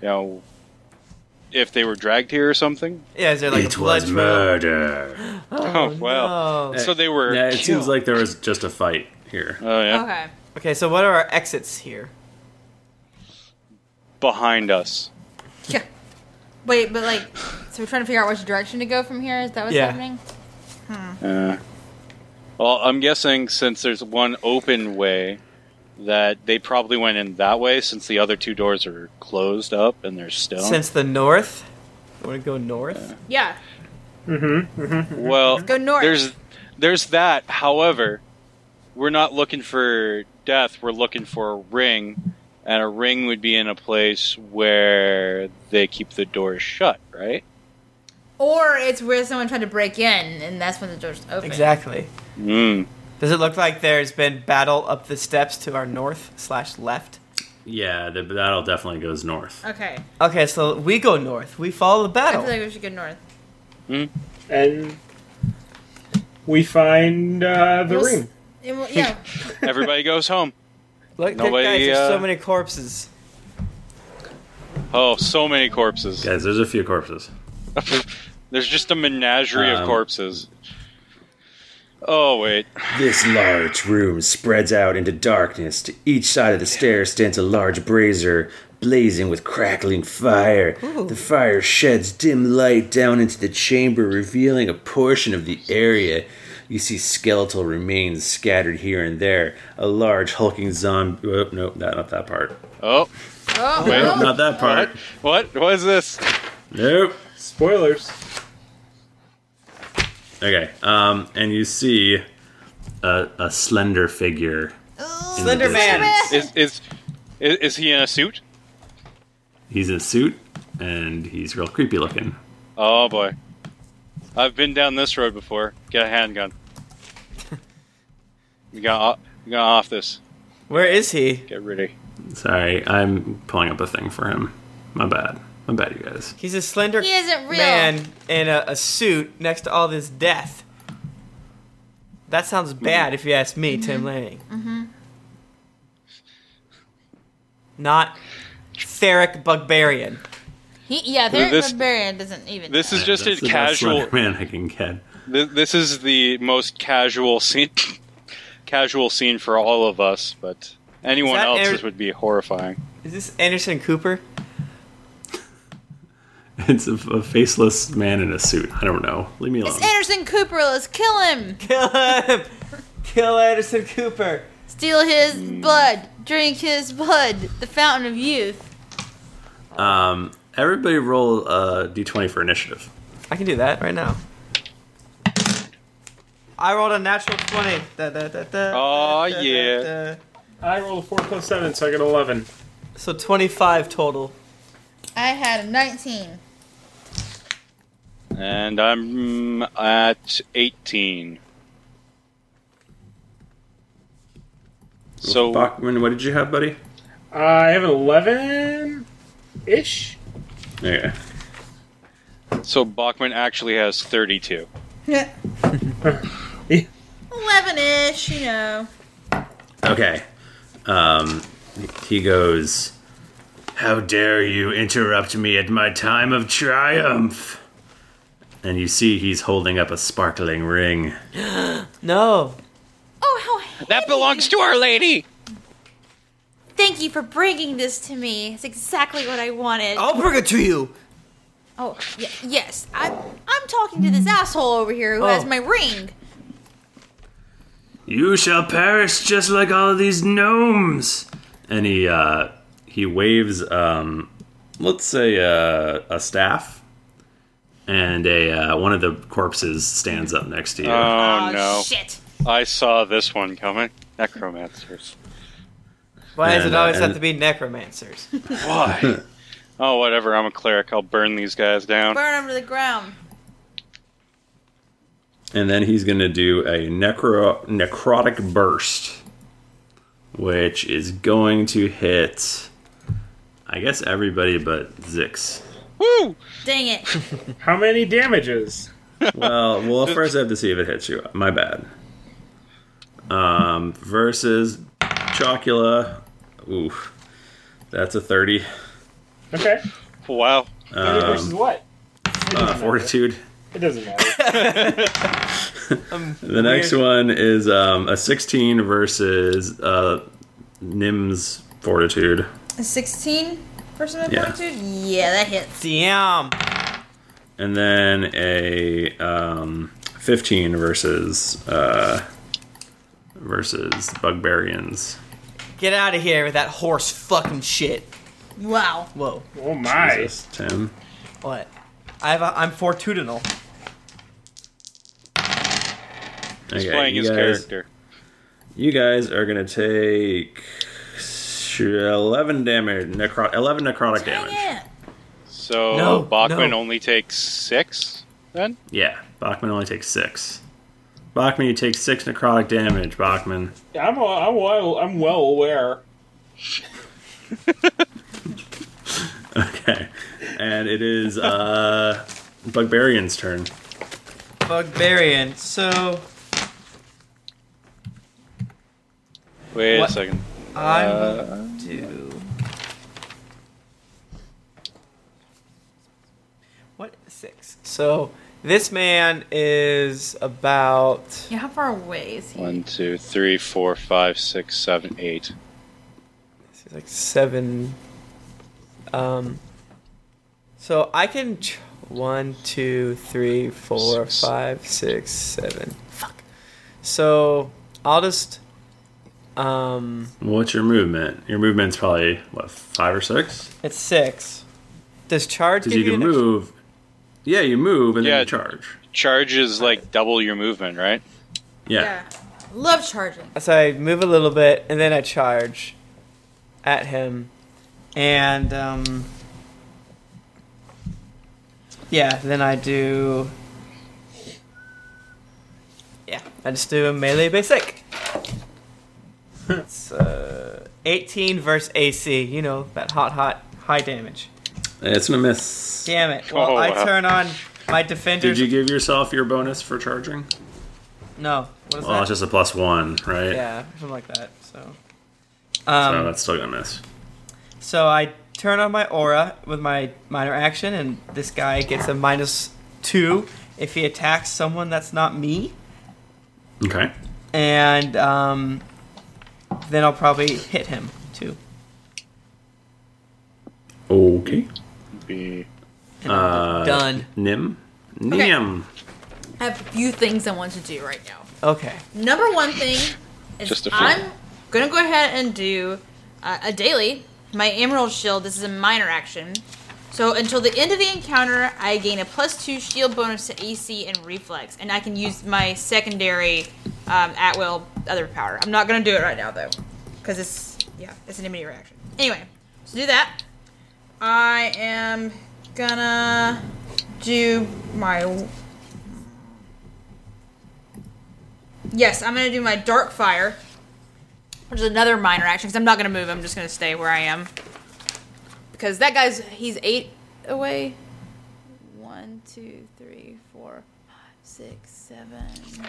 you know, if they were dragged here or something. Yeah, is there like a it blood was trail? murder. Oh, well. Oh. So they were. Yeah, it seems killed. like there was just a fight here. Oh yeah, okay. Okay, so what are our exits here? behind us. Yeah. Wait, but like, so we're trying to figure out which direction to go from here. Is that what's Yeah. happening? Uh, well, I'm guessing since there's one open way, that they probably went in that way since the other two doors are closed up and they're still. Since the north, I want to go north. Yeah. Mm-hmm. well, go north. There's there's that. However, we're not looking for death. We're looking for a ring, and a ring would be in a place where they keep the doors shut, right? Or it's where someone tried to break in, and that's when the doors open. Exactly. Mm. Does it look like there's been battle up the steps to our north slash left? Yeah, the battle definitely goes north. Okay. Okay, so we go north. We follow the I battle. feel like we should go north. and we find uh, the We'll s- ring. And we'll- yeah, Everybody goes home. Look, Nobody, guys, there's so uh, many corpses. Oh, so many corpses. Guys, there's a few corpses. There's just a menagerie Um, of corpses. Oh wait, This large room spreads out into darkness. To each side of the stair stands a large brazier, blazing with crackling fire. The fire sheds dim light down into the chamber, revealing a portion of the area. You see skeletal remains scattered here and there. A large hulking zombie. Oh, no, not, not that part. oh Oh, Wait, oh, Not that what? part. What? What is this? Nope. Spoilers. Okay. Um, and you see a, a slender figure. Oh, in the Slender Man. Is distance. is is, is he in a suit? He's in a suit, and he's real creepy looking. Oh boy, I've been down this road before. Get a handgun. we got off, we got off this. Where is he? Get ready. Sorry, I'm pulling up a thing for him. My bad. My bad, you guys. He's a slender He isn't real. man in a, a suit next to all this death. That sounds bad if you ask me, Tim Lanning. Mm-hmm. Not Theric Bugbarian. He, yeah, their This- barbarian doesn't even. This is Yeah, just a that's the best casual. Slenderman I can get. Th- this is the most casual scene, casual scene for all of us. But anyone that else Eric- this would be horrifying. Is this Anderson Cooper? It's a, a faceless man in a suit. I don't know. Leave me alone. It's Anderson Cooper. Let's kill him. Kill him! Kill Anderson Cooper! Steal his blood. Drink his blood. The fountain of youth. Um, everybody roll a d20 for initiative. I can do that right now. I rolled a natural 20. Da, da, da, da, Aw, da, da, yeah. da. I rolled a four plus seven, so I got eleven. So 25 total. I had a 19. And I'm at 18. So Bachman, what did you have, buddy? Uh, I have an eleven ish. Okay. so Bachman actually has 32. 11 ish, you know. Okay. Um, he goes, How dare you interrupt me at my time of triumph? And you see he's holding up a sparkling ring. No. Oh, how. That belongs to our lady! Thank you for bringing this to me. It's exactly what I wanted. I'll bring it to you! Oh, y- yes. I'm, I'm talking to this asshole over here who Oh. has my ring. You shall perish just like all of these gnomes. And he uh, he waves, um, let's say uh, a staff, and a uh, one of the corpses stands up next to you. Oh, no. shit. I saw this one coming. Necromancers. Why does it And, uh, always have and- to be necromancers? Why? oh, whatever. I'm a cleric. I'll burn these guys down. Burn him to the ground. And then he's going to do a necro necrotic burst, which is going to hit, I guess, everybody but Zix. Woo! Dang it. How many damages? Well, well, first I have to see if it hits you. My bad. Um, versus Chocula. Oof, that's a thirty. Okay. Wow. Thirty versus Um, what? uh, fortitude. It doesn't matter. The next one is um, a sixteen versus uh, Nim's fortitude. 16 person with Yeah. fortitude? Yeah, that hits. Damn. and then a um, 15 versus uh, versus bugbarians Get out of here with that horse fucking shit. Wow. Whoa. Oh my! versus 10 What? I have a, I'm fortitudinal. okay, Playing you his guys, character. you guys are gonna take sh- 11 damage necro- 11 necrotic damage Dang it. So No, Bachman no. only takes six then? yeah bachman only takes six bachman you take six necrotic damage bachman I'm, I'm well. I'm well aware. okay and it is uh bugbarian's turn Bugbarian. So Wait What? a second. I Uh, will do. What six? So this man is about. Yeah, how far away is he? One, two, three, four, five, six, seven, eight. He's like seven. Um. So I can. Ch- one, two, three, four, Six. five, six, seven. Fuck. So I'll just. Um. What's your movement? Your movement's probably what five or six. It's six. Does charge Because give you can an extra- move. Yeah, you move and Yeah. then you charge. Charge is like double your movement, right? Yeah. Love charging. So I move a little bit, and then I charge at him, and um, yeah, then I do. Yeah, I just do a melee basic. it's uh, 18 versus AC. You know that hot, hot, high damage. It's gonna miss. Damn it! Well, Oh, I wow. turn on my defenders. Did you give yourself your bonus for charging? No, what is Well, that? Oh, it's just a plus one, right? yeah, something like that. So. So Um, that's still gonna miss. So I turn on my aura with my minor action, and this guy gets a minus two if he attacks someone that's not me. Okay. And um, then I'll probably hit him too. Okay. Be Uh, Done. Nim. Okay. Nim. I have a few things I want to do right now. Okay. Number one thing is Just a few. I'm gonna go ahead and do uh, a daily. My Emerald Shield. This is a minor action. So until the end of the encounter, I gain a plus two shield bonus to AC and reflex, and I can use my secondary um, at will other power. I'm not gonna do it right now though, because it's yeah, it's an immediate reaction. Anyway, so do that. I am gonna do my Yes, I'm gonna do my dark fire, which is another minor action because I'm not gonna move. I'm just gonna stay where I am because that guy's he's eight away. One, two, three, four, five, six, seven,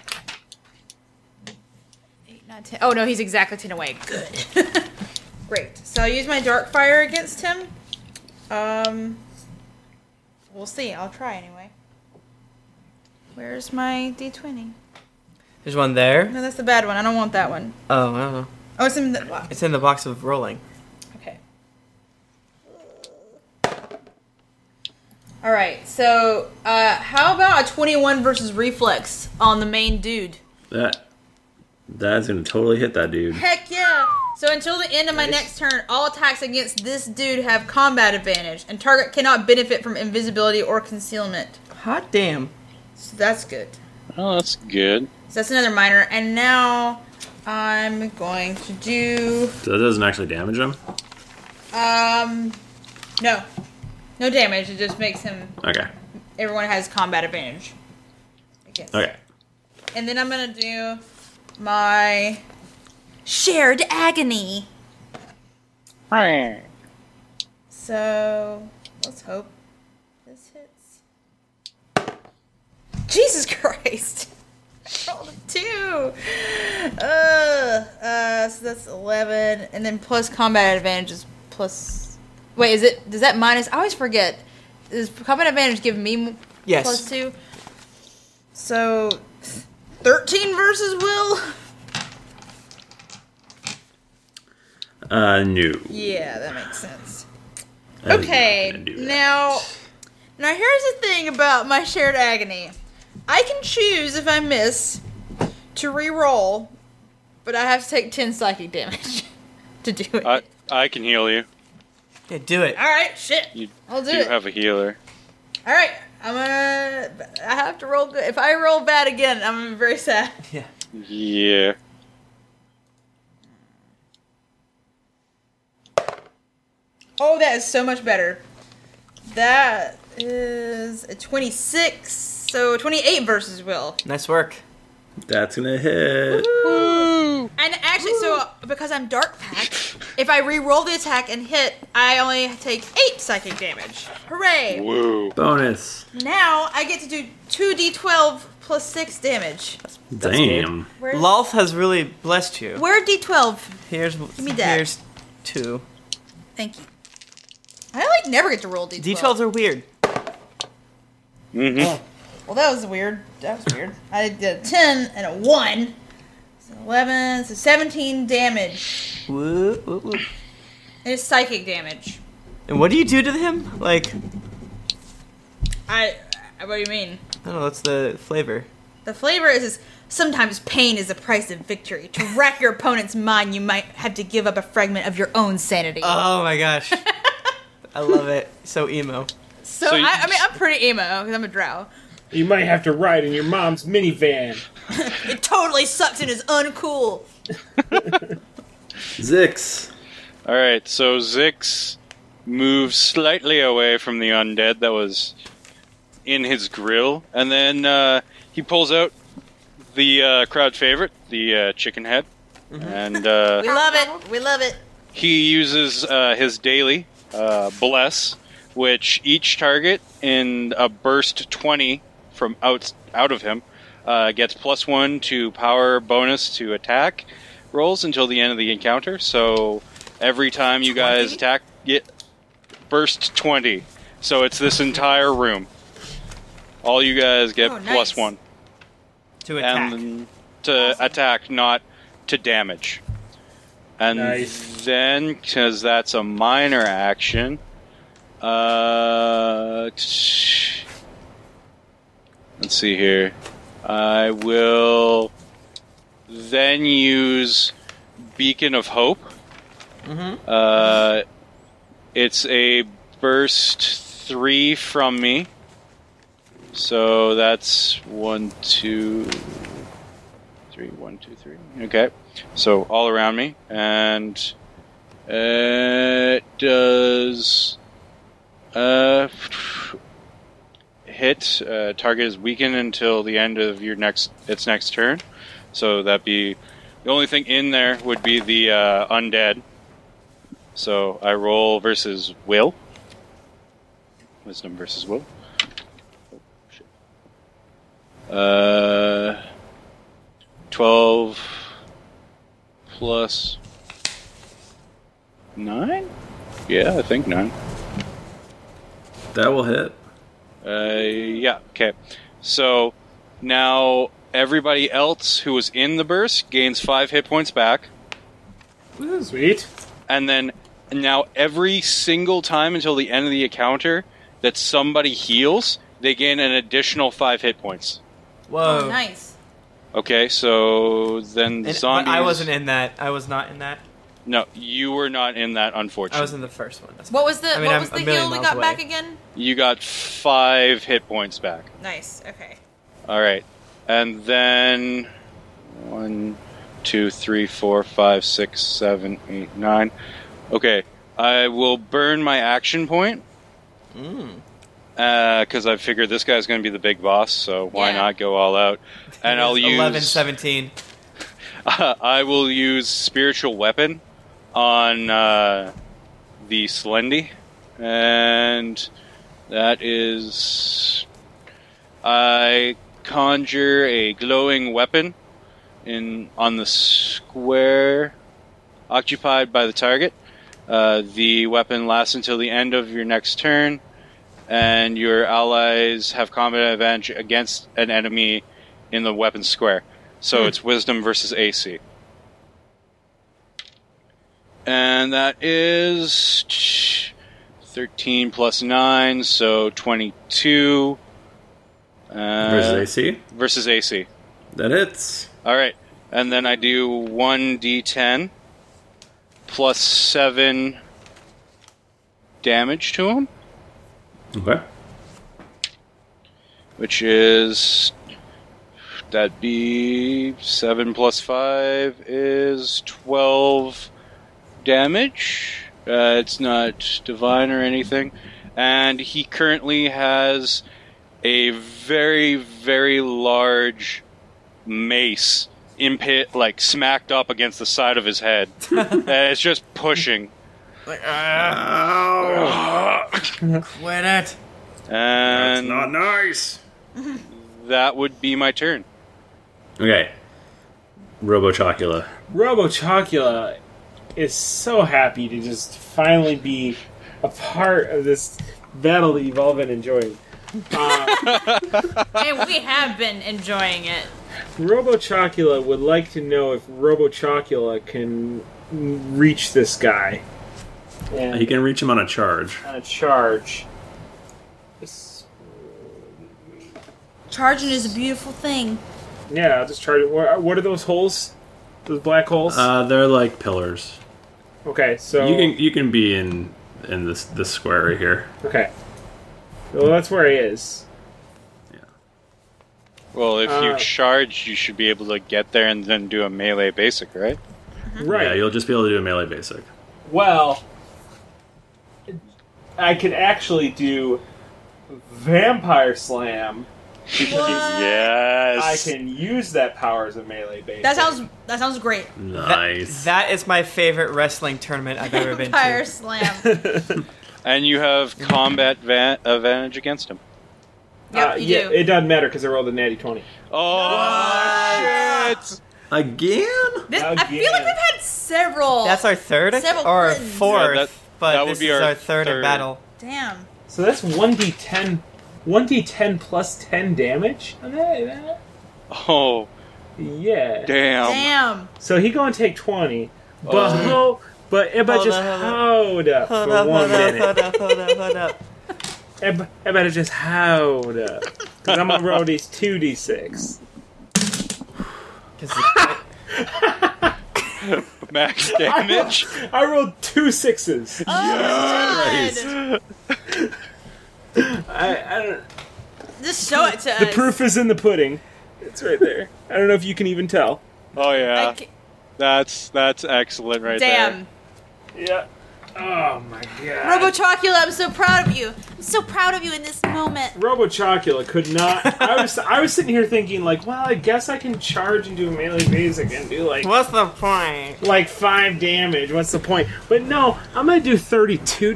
eight, nine, ten. Oh no, he's exactly ten away. Good, great. So I'll use my dark fire against him. Um, we'll see. I'll try anyway. Where's my d20? There's one there. No, that's the bad one. I don't want that one. Oh, I don't know. Oh, it's in the. wow. It's in the box of rolling. Okay. All right. So, uh, how about a twenty-one versus reflex on the main dude? That. That's gonna totally hit that dude. Heck yeah! So until the end of my next turn, all attacks against this dude have combat advantage, and target cannot benefit from invisibility or concealment. Hot damn. So that's good. oh, that's good. So that's another minor. And now I'm going to do So that doesn't actually damage him. um, no, no damage. It just makes him Okay. everyone has combat advantage. Against. Okay. And then I'm gonna do my Shared agony. so let's hope this hits. Jesus Christ! I rolled a two. Ugh. Uh, so that's eleven, and then plus combat advantage is plus. Wait, is it? Does that minus? I always forget. Does combat advantage give me m- Yes. plus two? So thirteen versus Will. Uh, new. Yeah, that makes sense. Okay, now, now here's the thing about my shared agony. I can choose if I miss to re-roll, but I have to take ten psychic damage to do it. I I can heal you. Yeah, do it. All right, shit. You I'll do do it. have a healer. All right, I'm gonna. I have to roll good. If I roll bad again, I'm gonna be very sad. Yeah. Yeah. Oh, that is so much better. That is a 26, so 28 versus Will. Nice work. That's gonna hit. And actually, so because I'm dark packed, if I re-roll the attack and hit, I only take eight psychic damage. Hooray! Woo. Bonus. Now I get to do two d12 plus six damage. That's good. Damn. Where, Lolf has really blessed you. where d12? Here's me that. here's two. Thank you. I like never get to roll d12. Details are weird. Well, that was weird. That was weird. I did a 10 and a 1. So 11, so 17 damage. Woo, woo, woo. And it's psychic damage. And what do you do to him? Like, I I, I- what do you mean? don't know. That's the flavor. The flavor is, is sometimes pain is the price of victory. To rack your opponent's mind, you might have to give up a fragment of your own sanity. Oh my gosh. I love it. So emo. so, so you- I, I mean, I'm pretty emo because I'm a drow. You might have to ride in your mom's minivan. It totally sucks and is uncool. Zix. All right, so Zix moves slightly away from the undead that was in his grill, and then uh, he pulls out the uh, crowd favorite, the uh, chicken head, and We uh, love it. We love it. he uses uh, his daily uh, bless, which each target in a burst twenty from out out of him uh, gets plus one to power bonus to attack rolls until the end of the encounter. So every time you guys 20? attack, get burst twenty. So it's this entire room. All you guys get Oh, nice. plus one To attack. and to attack, not to damage. And Nice. then, because that's a minor action, uh, t- let's see here. I will then use Beacon of Hope. Uh, it's a burst three from me. So that's one, two, three, one, two, three. Okay. So all around me, and it does uh, hit. Uh, target is weakened until the end of your next its next turn. So that be the only thing in there would be the uh, undead. So I roll versus will. Wisdom versus will. Uh, 12 plus 9? Yeah, I think 9. That will hit. Uh, yeah, okay. So now everybody else who was in the burst gains 5 hit points back. Sweet. and then now every single time until the end of the encounter that somebody heals, they gain an additional five hit points. Whoa. Oh, nice. Okay, so then the And- but zombies. I wasn't in that. I was not in that. No, you were not in that. Unfortunately, I was in the first one. That's What was the I mean, what I'm was a the million heal we miles got away. back again? you got five hit points back. Nice. Okay. All right, and then one, two, three, four, five, six, seven, eight, nine. Okay, I will burn my action point Mm. because I figured this guy's going to be the big boss, so why Yeah. not go all out? And I'll use 11, 17. I will use spiritual weapon on uh, the Slendy, and that is I conjure a glowing weapon in on the square occupied by the target. Uh, the weapon lasts until the end of your next turn, and your allies have combat advantage against an enemy in the weapon square. So it's Wisdom versus AC. And that is 13 plus 9, so 22. Uh, Versus AC. versus AC. That hits. All right, and then I do one d10 plus seven damage to him, Okay. which is that be seven plus five is twelve damage. Uh, it's not divine or anything, and he currently has a very very large mace impit like smacked up against the side of his head and it's just pushing Ow! Quit it. and nice. that would be my turn. Okay. Robo Chocula. Robo Chocula is so happy to just finally be a part of this battle that you've all been enjoying. and we have been enjoying it. Robo Chocula would like to know if Robo Chocula can reach this guy. And You can reach him on a charge. on a charge. Just- Charging is a beautiful thing. Yeah, I'll just charge it. What what are those holes? Those black holes? Uh, they're like pillars. okay, so You can you can be in in this this square right here. okay. Well, that's where he is. Well, if Uh. you charge, you should be able to get there and then do a melee basic, right? Mm-hmm. Right. Yeah, you'll just be able to do a melee basic. Well, I could actually do Vampire Slam. I Yes. can use that power as a melee base. That sounds that sounds great. That- Nice. that is my favorite wrestling tournament I've ever been to. Fire Uh, slam. And you have combat va- advantage against him. Yep, Uh, you yeah, do. It doesn't matter because I rolled a natty twenty. Oh, shit! Again? This- I feel like Again. we've had several. That's our third Several or friends. fourth, Yeah, that- but that would this be is our our third, in third. battle. Damn. So that's one d ten, one d ten plus ten damage. on that? Oh, Yeah. damn. Damn. So he gonna take twenty, but Oh. ho- but Ebba Hold just up, howled up Hold for up, one hold up, minute. hold up, hold up, hold up. Eb- Ebba just howled up because I'm gonna roll these two d six. 'Cause the- Max damage. I rolled two sixes. Oh Oh. God. I, I don't, Just show it to us. the proof is in the pudding. It's right there. I don't know if you can even tell. Oh yeah, I ca- that's that's excellent right Damn. Yeah. Oh my god. Robo Chocula, I'm so proud of you. I'm so proud of you in this moment. Robo Chocula could not. I was I was sitting here thinking like, well, I guess I can charge and do melee basic and do like What's the point? like five damage. What's the point? But no, I'm gonna do 32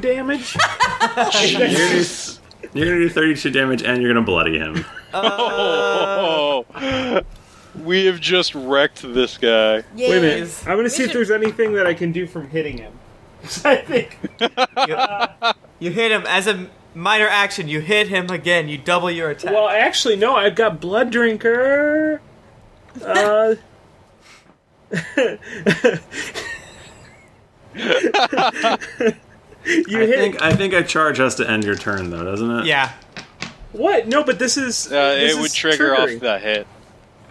damage. You're gonna, do, you're gonna do 32 damage and you're gonna bloody him. there. Oh, we have just wrecked this guy. Uh, Yeah. Wait a minute. I'm gonna see if should- there's anything that I can do from hitting him. I think. You hit him as a minor action. You hit him again. You double your attack. Well, actually, no. I've got Blood Drinker. Uh. you I hit think I think a charge has to end your turn though, doesn't it? yeah. what? No, but this is Uh, this it is would trigger triggering. off the hit.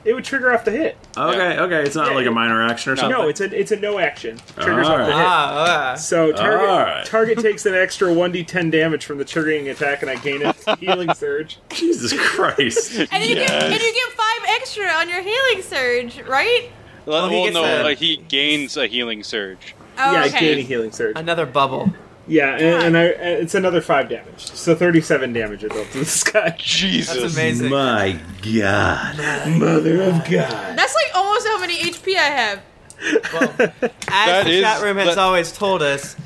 It would trigger off the hit. Okay, okay. It's not Yeah, like yeah. a minor action or Oh, something. No, it's a it's a no action. Triggers off Alright. the hit. Ah, uh, So target Alright. target takes an extra one d10 damage from the triggering attack, and I gain a healing surge. Jesus Christ. And you, get, and you get five extra on your healing surge, right? Well, he gets no, a- uh, he gains a healing surge. Oh, yeah, I okay. gain a healing surge. another bubble. Yeah, and, and I, and it's another five damage, so thirty-seven damage I dealt to this guy. Jesus. That's amazing. My God. Mother of God. That's like almost how many HP I have. As That the is- chat room has that- always told us,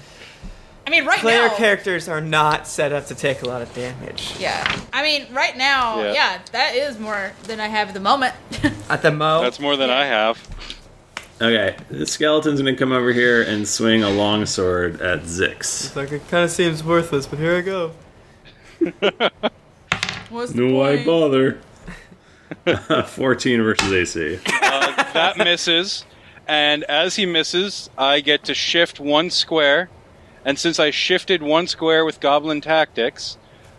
I mean, right player now. characters are not set up to take a lot of damage. Yeah. I mean, right now, Yeah. yeah. that is more than I have at the moment. At the mo, That's more than I have. Okay, the skeleton's gonna come over here and swing a longsword at Zix. it's like it kind of seems worthless, but here I go. What's the No, why point? bother? 14 versus AC. Uh, that misses, and as he misses, I get to shift one square, and since I shifted one square with Goblin Tactics,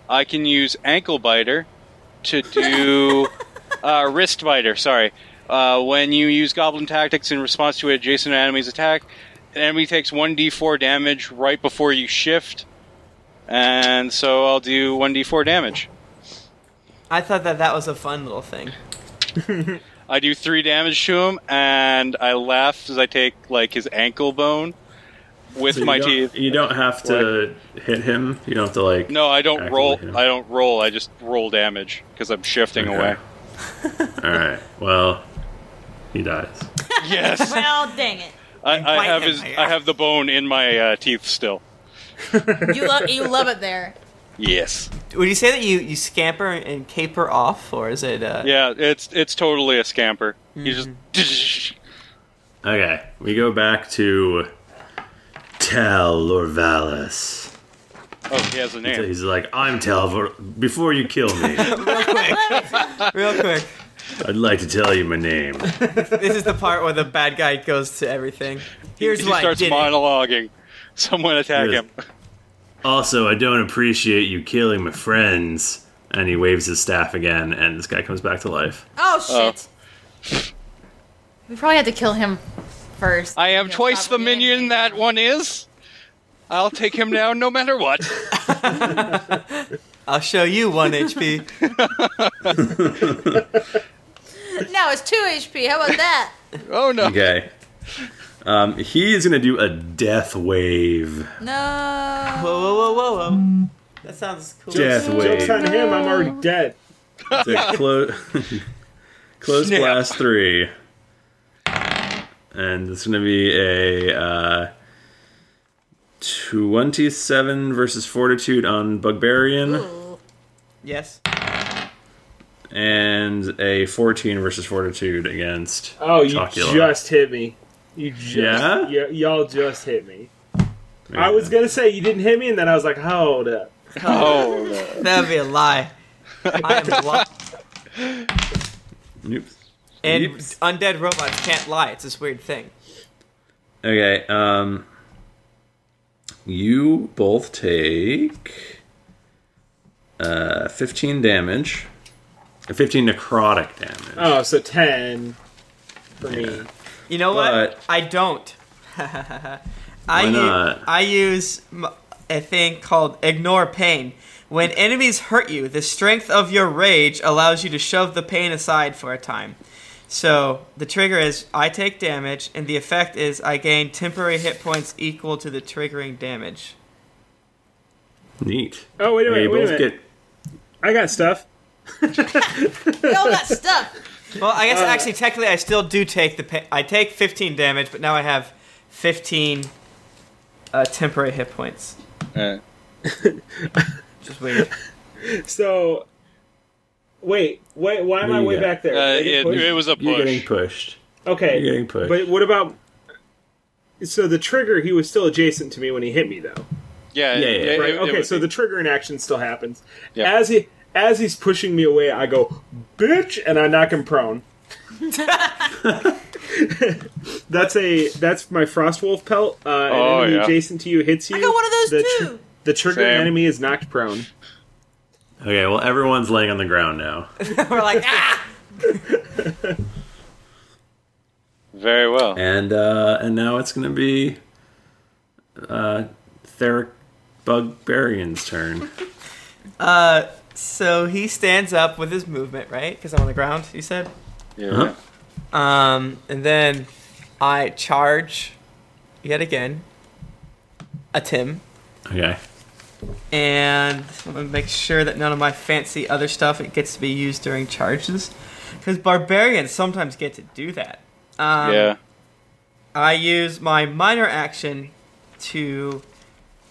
I can use Ankle Biter to do uh, Wrist Biter. Sorry, uh, when you use Goblin Tactics in response to an adjacent enemy's attack, an enemy takes one d4 damage right before you shift, and so I'll do one d4 damage. I thought that that was a fun little thing. I do three damage to him, and I laugh as I take like his ankle bone with So you my don't- teeth. You don't have to hit him. You don't have to, like. No, I don't Actually, roll. yeah. I don't roll. I just roll damage because I'm shifting Okay. away. Alright, well, he dies. Yes, Well, dang it. I, I bite have him. his. I have the bone in my uh, teeth still. You, lo- you love it there. Yes. Would you say that you, you scamper and caper off, or is it? Uh, Yeah, it's it's totally a scamper. You just Okay, we go back to Tal Lorvalis. oh, he has a So name. he's like, I'm Tal. Vor- Before you kill me, Real quick, I'd like to tell you my name. this is the part where the bad guy goes to everything. Here's He why I starts did it. monologuing. Someone attack Yes. him. Also, I don't appreciate you killing my friends. And he waves his staff again, and this guy comes back to life. Oh shit! We probably had to kill him first. I am Yeah, twice the probably minion anyway. that one is. I'll take him down no matter what. I'll show you one HP. No, it's two HP. How about that? Oh no. Okay. Um, he is gonna do a death wave. No. Whoa, whoa, whoa, whoa, whoa. That sounds cool. Death Joke's on wave. him. I'm already dead. It's a clo- close Snap. blast three. And it's gonna be a uh, twenty-seven versus fortitude on Bugbarian, Yes. and a fourteen versus fortitude against. Oh, you Chocula. just hit me. You just Yeah? y- y'all just hit me. I was gonna say you didn't hit me, and then I was like, hold up. Oh no. That'd be a lie. I am blo- Oops. and Oops. undead robots can't lie. It's this weird thing. Okay. Um, you both take uh, 15 damage. Uh, 15 necrotic damage. Oh, so ten for me. You know what? But- I don't. I Why u- not? I use m- a thing called ignore pain. When enemies hurt you, the strength of your rage allows you to shove the pain aside for a time. So the trigger is I take damage, and the effect is I gain temporary hit points equal to the triggering damage. Neat. Oh wait a Okay, minute, you wait a both minute. get. I got stuff. We all got stuff. Well, I guess actually, technically, I still do take the. Pa- I take 15 damage, but now I have 15 uh, temporary hit points, Uh, which is weird. So wait, wait, why am What I do you way got? back there? uh, Did I get it, pushed? it was a You're getting push. pushed. okay, you're getting pushed. but what about? So the trigger, he was still adjacent to me when he hit me, though. Yeah. Yeah, yeah, it- right. it- it okay, would so be- the triggering action still happens. Yeah. As he as he's pushing me away, I go, "Bitch!" and I knock him prone. that's a that's my frostwolf pelt. Uh, an Oh, enemy yeah. adjacent to you hits you. I got one of those the too. the trigger Same. enemy is knocked prone. Okay, well, everyone's laying on the ground now. We're like, ah! very well. And uh, and now it's going to be uh, Theric Bugbarian's turn. So he stands up with his movement, right? Because I'm on the ground, you said? Yeah. Huh? Um, and then I charge yet again a Tim. Okay. And I'm going to make sure that none of my fancy other stuff it gets to be used during charges. Because barbarians sometimes get to do that. Um, yeah. I use my minor action to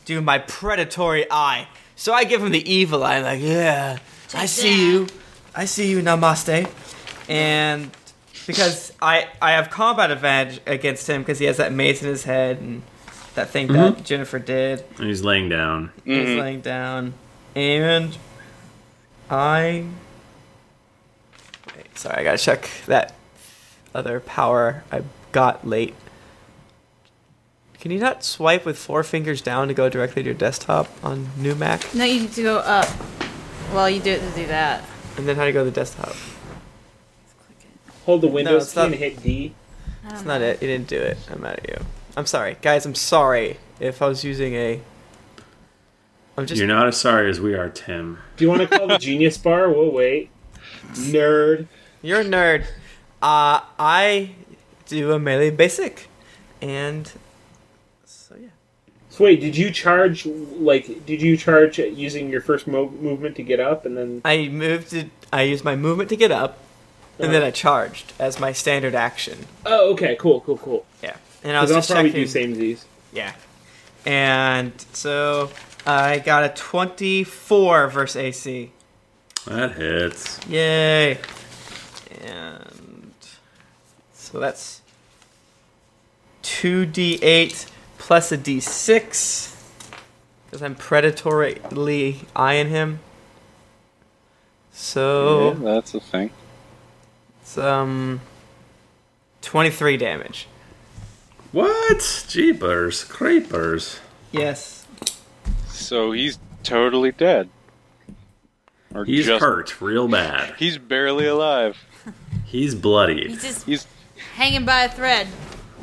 do my predatory eye. So I give him the evil eye, like, yeah, I see you. I see you, namaste. And because I, I have combat advantage against him because he has that mace in his head and that thing that Jennifer did. And he's laying down. He's laying down. And I. Wait, sorry, I gotta check that other power I got late. Can you not swipe with four fingers down to go directly to your desktop on new Mac? No, you need to go up. Well, you do it to do that. And then how to go to the desktop? Hold the Windows Windows it's key not- and and hit D. That's not it. You didn't do it. I'm mad at you. I'm sorry, guys. I'm sorry if I was using a. I'm just. You're not as sorry as we are, Tim. Do you want to call the genius bar? We'll wait. Nerd. You're a nerd. Uh, I do a melee basic, and so yeah. So wait, did you charge? Like, did you charge using your first mo- movement to get up, and then I moved. To, I used my movement to get up, and then I charged as my standard action. Oh, okay, cool, cool, cool. Yeah, and I was Because I'll just probably checking. do samesies. Yeah, and so I got a 24 versus AC. That hits. Yay. And so that's 2d8 plus a d6 because I'm predatorily eyeing him. Yeah, So that's the thing. it's um 23 damage. What? Jeepers, creepers. Yes. So he's totally dead. Or He's just- hurt real bad. He's barely alive. He's bloodied. He's just He's Hanging by a thread.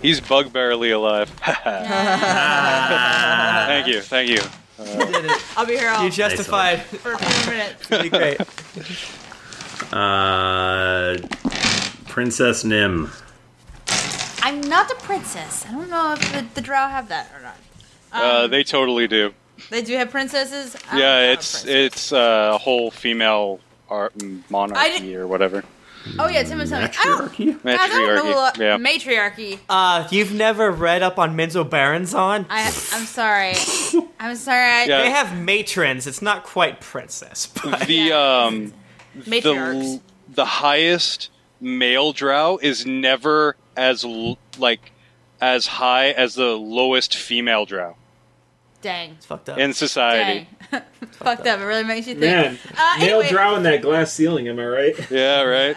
he's bug barely alive. thank you, thank you. You did it. I'll be here all You justified. for a few minutes. Pretty great. Uh, Princess Nim. I'm not a princess. I don't know if the, the drow have that or not. Uh, they totally do. Um, They do have princesses. I'm not Yeah, a it's princess. it's uh, a whole female art monarchy didn't- or whatever Oh yeah, Tim was telling me. I don't. Matriarchy? Guys, I don't know a lot. matriarchy. Yeah, Matriarchy. Uh, you've never read up on Menzo Baranzon? I, I'm sorry. I'm sorry. I, Yeah. They have matrons. It's not quite princess, but the um Matriarchs. the the highest male drow is never as l- like as high as the lowest female drow Dang. it's fucked up. in society. Dang. Fucked up. It really makes you think. Man, Uh, nail anyway. drow in that glass ceiling, am I right? Yeah, right.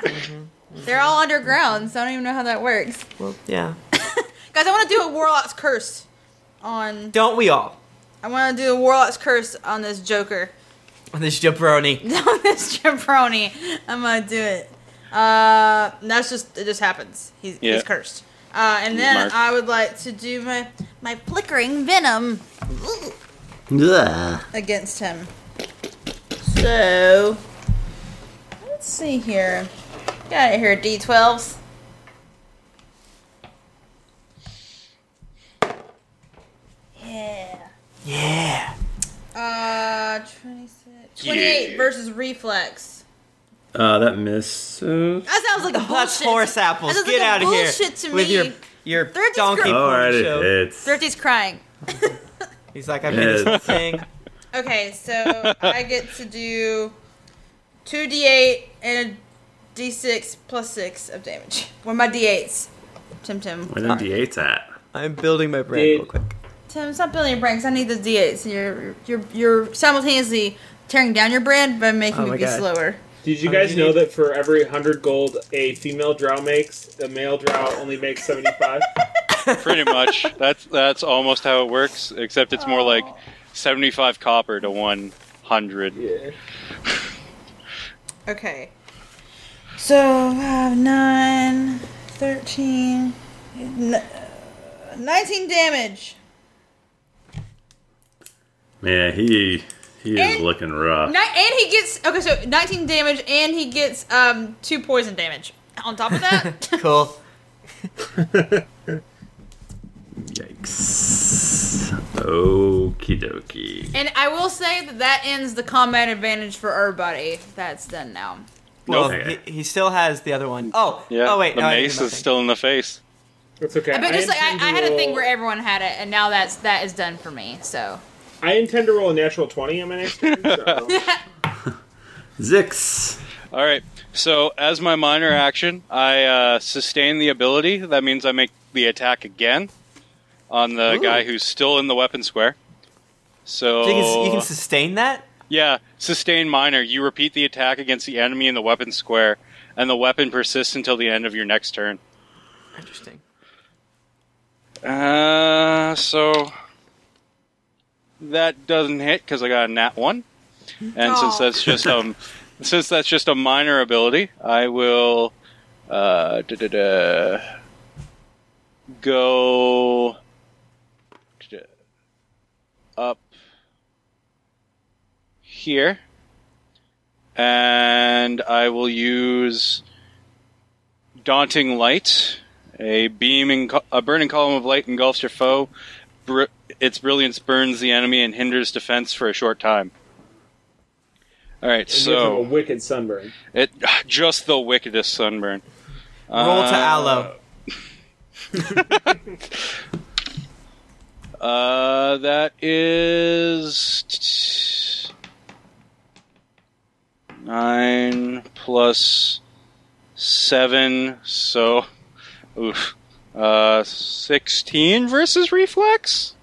They're all underground, so I don't even know how that works. well, yeah. Guys, I want to do a warlock's curse on. Don't we all? I want to do a warlock's curse on this Joker, On this jabroni. on this jabroni. I'm gonna do it. Uh, and that's just it. Just happens. He's, Yeah. he's cursed. Uh, and then Mark. I would like to do my my flickering venom Ugh. against him. So let's see here. Got it here. D12s. Yeah. Yeah. Uh, 26. 28 Yeah. versus reflex. Uh, that miss. Uh, That sounds like a bullshit. That's horse apples. That sounds Get like a out of here bullshit to with me. your your Thirty's donkey great. porn all right, show. it hits. Thrifty's crying. He's like, I made this whole thing. Okay, so I get to do 2d8 and a d6 plus 6 of damage. One of my d8s. Tim Tim. Where the D8's at? I'm building my brain Dude. real quick. Tim, stop building your brains. I need the d8s. You're, you're, you're simultaneously tearing down your brand by making Oh me my be God. slower. Did you Oh, guys you know need- that for every 100 gold a female drow makes, a male drow only makes 75? Pretty much. That's that's almost how it works, except it's more like 75 copper to 100. yeah. Okay. So, uh, 9, 13, n- 19 damage. Man, he he is And- looking rough. Ni- and he gets, okay, so 19 damage, and he gets um 2 poison damage. On top of that, Cool. Yikes. Okie dokie. and I will say that that ends the combat advantage for everybody. That's done now. Well, Okay. he, he still has the other one. Oh. Yeah. Oh wait. the no, I did mace is nothing. still in the face. That's okay. But just like I, intend to I had a thing roll- where everyone had it, and now that's that is done for me. So I intend to roll a natural 20 on my next turn, so. Zix. All right. So, as my minor action, I uh, sustain the ability. That means I make the attack again on the guy who's still in the weapon square. So, So you, can, you can sustain that. yeah, sustain minor. You repeat the attack against the enemy in the weapon square, and the weapon persists until the end of your next turn. Interesting. Uh, so that doesn't hit because I got a nat one, and since Aw. that's just um, since that's just a minor ability, I will uh da-da-da, go da-da, up here, and I will use daunting light. A beaming, co- a burning column of light engulfs your foe. Br- its brilliance burns the enemy and hinders defense for a short time. All right, It gives him a so wicked sunburn. it just the wickedest sunburn. Um, Roll to Uh, aloe. Uh, that is nine plus seven, so oof. Uh, sixteen versus reflex.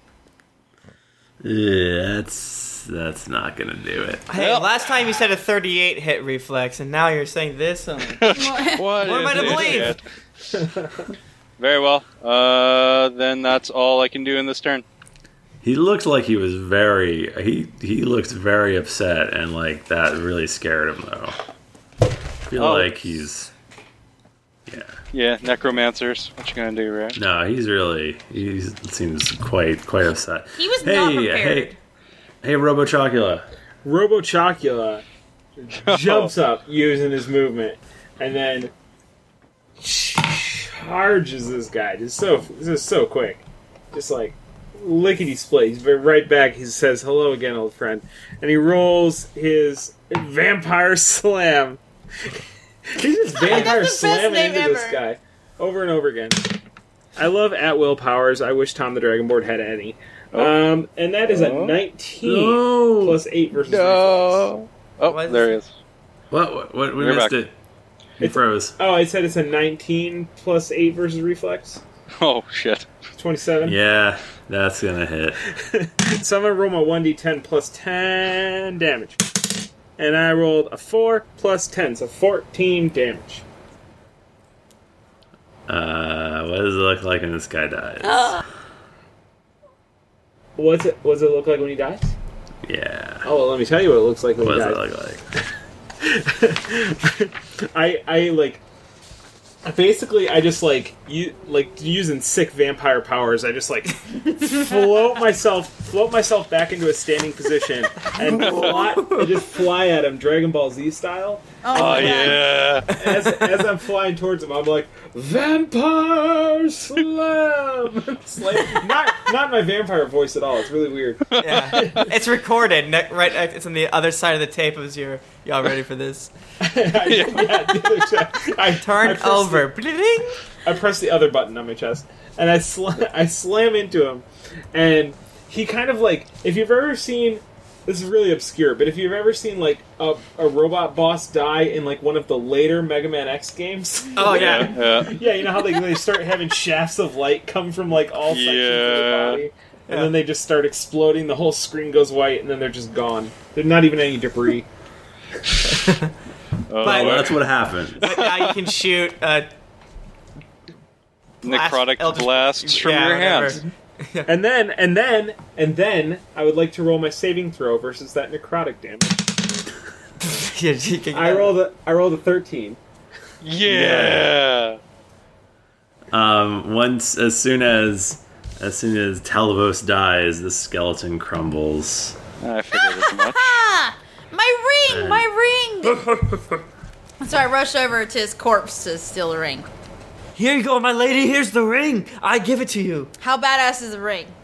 Yeah, that's that's not gonna do it. Hey, Well- last time you said a 38 hit reflex, and now you're saying this. um, What, What am I an to believe? idiot. Very well. Uh, then that's all I can do in this turn. He looked like he was very he he looked very upset and like that really scared him though. I feel Oh. like he's yeah. Yeah, necromancers. What you gonna do, right? No, he's really he seems quite quite upset. He was hey, not prepared. hey, hey, Robo Chocula. Robo Chocula jumps up using his movement and then charges this guy. Just so this is so quick. Just like lickety split. He's right back. He says, Hello again, old friend. And he rolls his vampire slam. He's just vampire That's the best slamming name into this ever. guy over and over again. I love at will powers. I wish Tom the Dragonborn had any. Oh. Um, and that is a Oh. 19 No. plus 8 versus reflex. Why Oh, is there he is. What what, what we You're missed back. it. He froze. Oh, I said it's a 19 plus 8 versus reflex. Oh shit. 27. Yeah, that's gonna hit. So I'm going to roll my 1d10 plus 10 damage. And I rolled a 4 plus 10, so 14 damage. Uh, what does it look like when this guy dies? Oh. What's it, what does it look like when he dies? Yeah. Oh, well, let me tell you what it looks like when What he does dies. it look like? I I like basically I just like you like using sick vampire powers. I just like float myself float myself back into a standing position and fly, and just fly at him Dragon Ball Z style. Oh, Oh my God. yeah. As, as I'm flying towards him, I'm like vampire slam. It's like, not not my vampire voice at all. It's really weird. yeah. it's recorded. Ne- right, next- it's on the other side of the tape. As you're y'all ready for this? I, yeah, I, I Turn pressed over. Bling. I press the other button on my chest, and I sl- I slam into him, and he kind of like if you've ever seen this is really obscure, but if you've ever seen like a, a robot boss die in like one of the later Mega Man X games, Oh yeah. yeah. yeah. yeah, you know how they, they start having shafts of light come from like all sections of Yeah. the body, and Yeah. then they just start exploding. The whole screen goes white, and then they're just gone. There's not even any debris. Oh, But- Well, well, that's what happens. But now you can shoot. Uh, necrotic blast- Eldritch- blasts from yeah, your whatever. hands. And then, and then, and then, I would like to roll my saving throw versus that necrotic damage. Yeah, you can- I rolled a I rolled a thirteen. Yeah. Um, once, as soon as, as soon as Talavos dies, the skeleton crumbles. I figured as much. Ah! My ring! My ring! so I rush over to his corpse to steal the ring. Here you go, my lady. Here's the ring. I give it to you. How badass is the ring?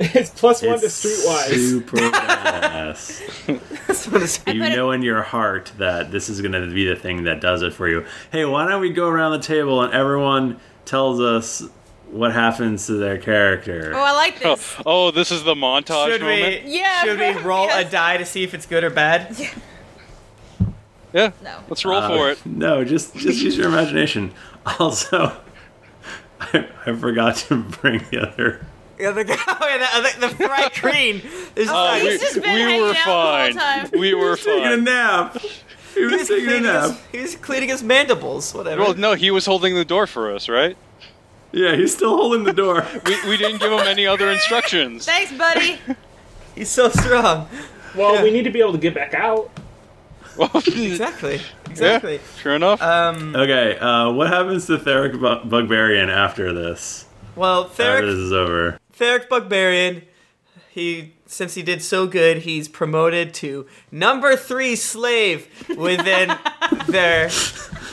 It's plus one to It's streetwise. Super badass. That's what it's- You put it- know in your heart that this is going to be the thing that does it for you. Hey, why don't we go around the table and everyone tells us what happens to their character? Oh, I like Oh, this. oh, this is the montage Should moment. we? Yeah, Should we roll yes. a die to see if it's good or bad? Yeah. No. Let's roll Uh, for it. No, just just use your imagination. Also, I, I forgot to bring the other. Yeah, the guy, the, the, the bright green. Is Oh, like, we, he's just been we hanging were out the whole fine. time. We were Taking a fine. nap. He was he's taking a cleaning nap. his, he's cleaning his mandibles. Whatever. Well, no, he was holding the door for us, right? Yeah, he's still holding the door. We, we didn't give him any other instructions. Thanks, buddy. He's so strong. Well, we need to be able to get back out. Well, Exactly. Exactly. Sure enough. Um. Okay, uh, what happens to Theric Bu- Bugbarian after this? Well, After this Theric, is over. Theric Bugbarian. He since he did so good, he's promoted to number three slave within their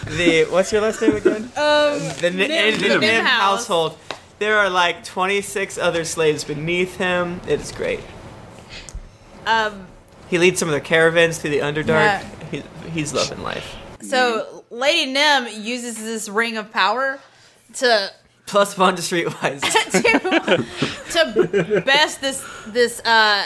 the what's your last name again? Um, The Nim, Nim- the Nim Nim house. household. There are like 26 other slaves beneath him. It is great. um, He leads some of their caravans through the Underdark. Yeah. He, he's loving life. so Lady Nim uses this ring of power to Plus one to streetwise. to, to best this this uh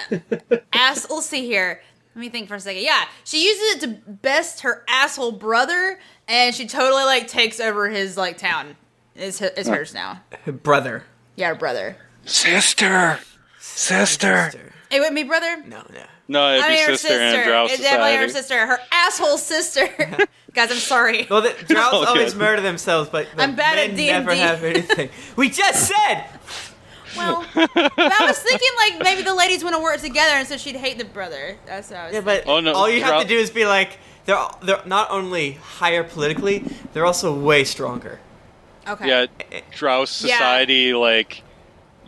asshole. See here, let me think for a second. Yeah, she uses it to best her asshole brother, and she totally like takes over his like town. It's hi- it's hers now. Brother. Yeah, her brother. Sister! Er. Sister! It would be brother. No, no. No, it'd I be mean, her sister, sister. and Drow It's definitely her Society. sister. Her asshole sister. Guys, I'm sorry. Well, the drows Okay. always murder themselves, but the I'm bad men at never D&D. have anything. We just said Well, I was thinking like maybe the ladies want to work together, and so she'd hate the brother. That's what I was. Yeah, but Oh, no, all you have throughout- to do is be like they're they're not only higher politically, they're also way stronger. okay. Yeah, Drow Society, like,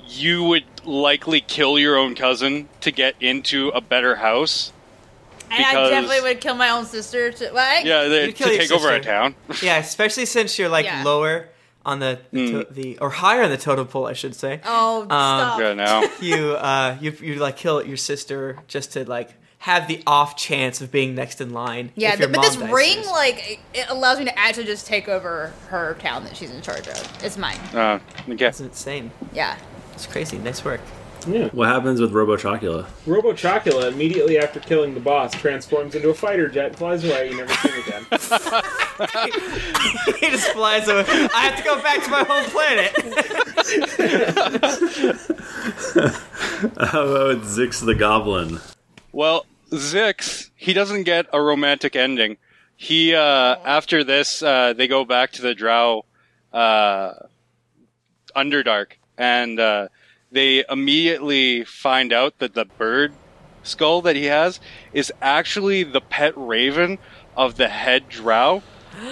you would likely kill your own cousin to get into a better house. and I because- definitely would kill my own sister. To, like, Yeah, they, to You'd kill your take over a sister. town. Yeah, especially since you're like Yeah. lower on the the, Hmm. to- the or higher on the totem pole, I should say. Oh, stop. Yeah, now. You uh you you like kill your sister just to like have the off chance of being next in line. Yeah, if your th- but mom this dies ring, first. like, it- it allows me to actually just take over her town that she's in charge of. It's mine. Uh, okay. It's insane. Yeah. It's crazy. Nice work. Yeah. What happens with Robo Chocula? Robo Chocula, immediately after killing the boss, transforms into a fighter jet and flies away. You never see him again. he just flies away. I have to go back to my home planet. How about Zix the Goblin? Well, Zix, he doesn't get a romantic ending. He uh, after this, uh, they go back to the Drow uh, Underdark, and uh, they immediately find out that the bird skull that he has is actually the pet raven of the head Drow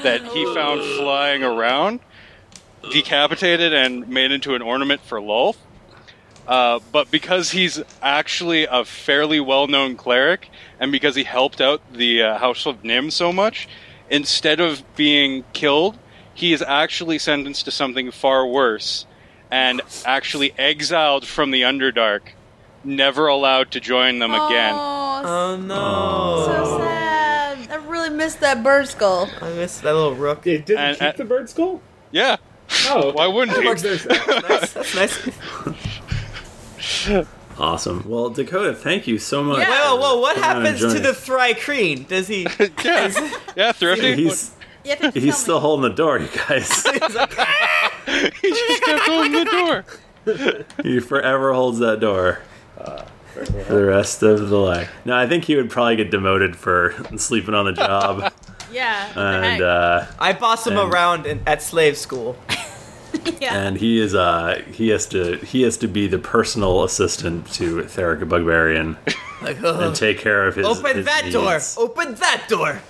that he found flying around, decapitated and made into an ornament for Lolf. Uh, but because he's actually a fairly well-known cleric, and because he helped out the uh, House of Nim so much, instead of being killed, he is actually sentenced to something far worse, and actually exiled from the Underdark, never allowed to join them again. Oh, oh no! so sad. I really missed that bird skull. I missed that little rook. It didn't And- keep and- the bird skull? Yeah, Oh, okay. why wouldn't Fuck, he? there's that. Nice. That's nice. Awesome. Well, Dakota, thank you so much. Yeah. Whoa, whoa! What I'm not happens to enjoying the it. Thry Crean? Does he? yeah, yeah, thrifty. He's You have to tell me. he's still holding the door, you guys. he just kept holding the door. he forever holds that door Uh, for the rest of the life. No, I think he would probably get demoted for sleeping on the job. Yeah. what the heck? and uh, I boss him And- around in, at slave school. yeah. and he is uh he has to he has to be the personal assistant to Theric Bugbarian Like, and take care of his open his that door! needs. Open that door!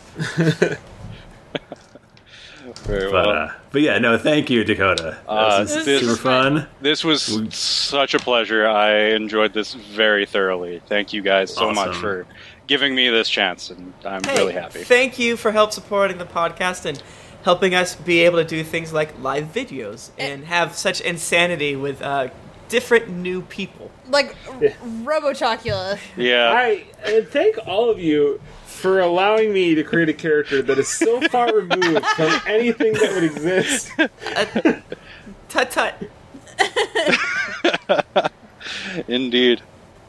Very But well. uh, but yeah, no, thank you, Dakota. That Uh, was this- super fun. This was We- such a pleasure. I enjoyed this very thoroughly. Thank you guys so much Awesome. for giving me this chance, and I'm Hey, really happy. Thank you for help supporting the podcast and helping us be able to do things like live videos and have such insanity with uh, different new people. Like, r- Robo Chocula. yeah, I, I thank all of you for allowing me to create a character that is so far removed from anything that would exist. Uh, Tut tut. indeed,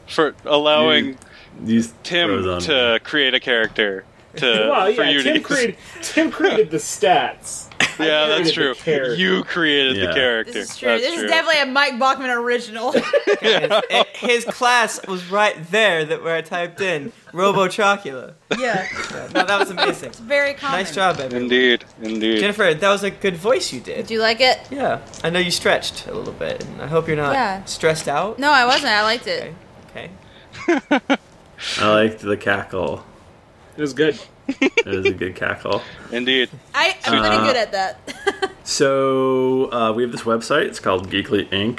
for allowing You Tim froze on to me. create a character to Well, for yeah, you to Tim, use. created, Tim created the stats. yeah, that's created the true. character. You created Yeah. the character. This is true. That's this true. is definitely a Mike Bachman original. Guys, it- his class was right there that where I typed in Robo Chocula. yeah. Yeah, no, that was amazing. Very common. Nice job, everyone. indeed, indeed. Jennifer, that was a good voice you did. Do you like it? Yeah, I know you stretched a little bit, and I hope you're not Yeah. stressed out. No, I wasn't. I liked it. Okay. okay. I liked the cackle. It was good. It was a good cackle. Indeed. I, I'm pretty Uh, good at that. So uh, we have this website. It's called geeklyinc.com.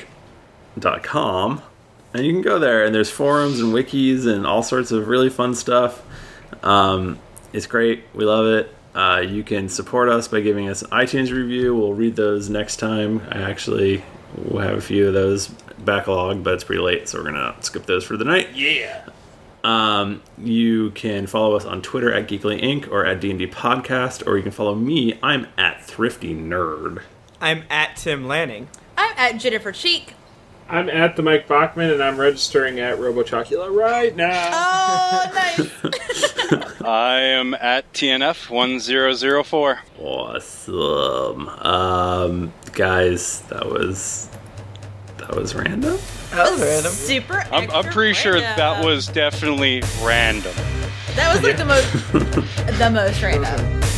And you can go there, and there's forums and wikis and all sorts of really fun stuff. Um, it's great. We love it. Uh, you can support us by giving us an iTunes review. We'll read those next time. I actually will have a few of those backlog, but it's pretty late, so we're going to skip those for the night. Um, you can follow us on Twitter at Geekly Inc. or at D&D Podcast, or you can follow me. I'm at Thrifty Nerd. I'm at Tim Lanning. I'm at Jennifer Cheek. I'm at the Mike Bachman, and I'm registering at RoboChocula right now. Oh, nice. I am at TNF one zero zero four. Awesome. Um, guys, that was that was random. That was random. Super. I'm, I'm extra pretty sure random. that was definitely random. That was like the most. the most random.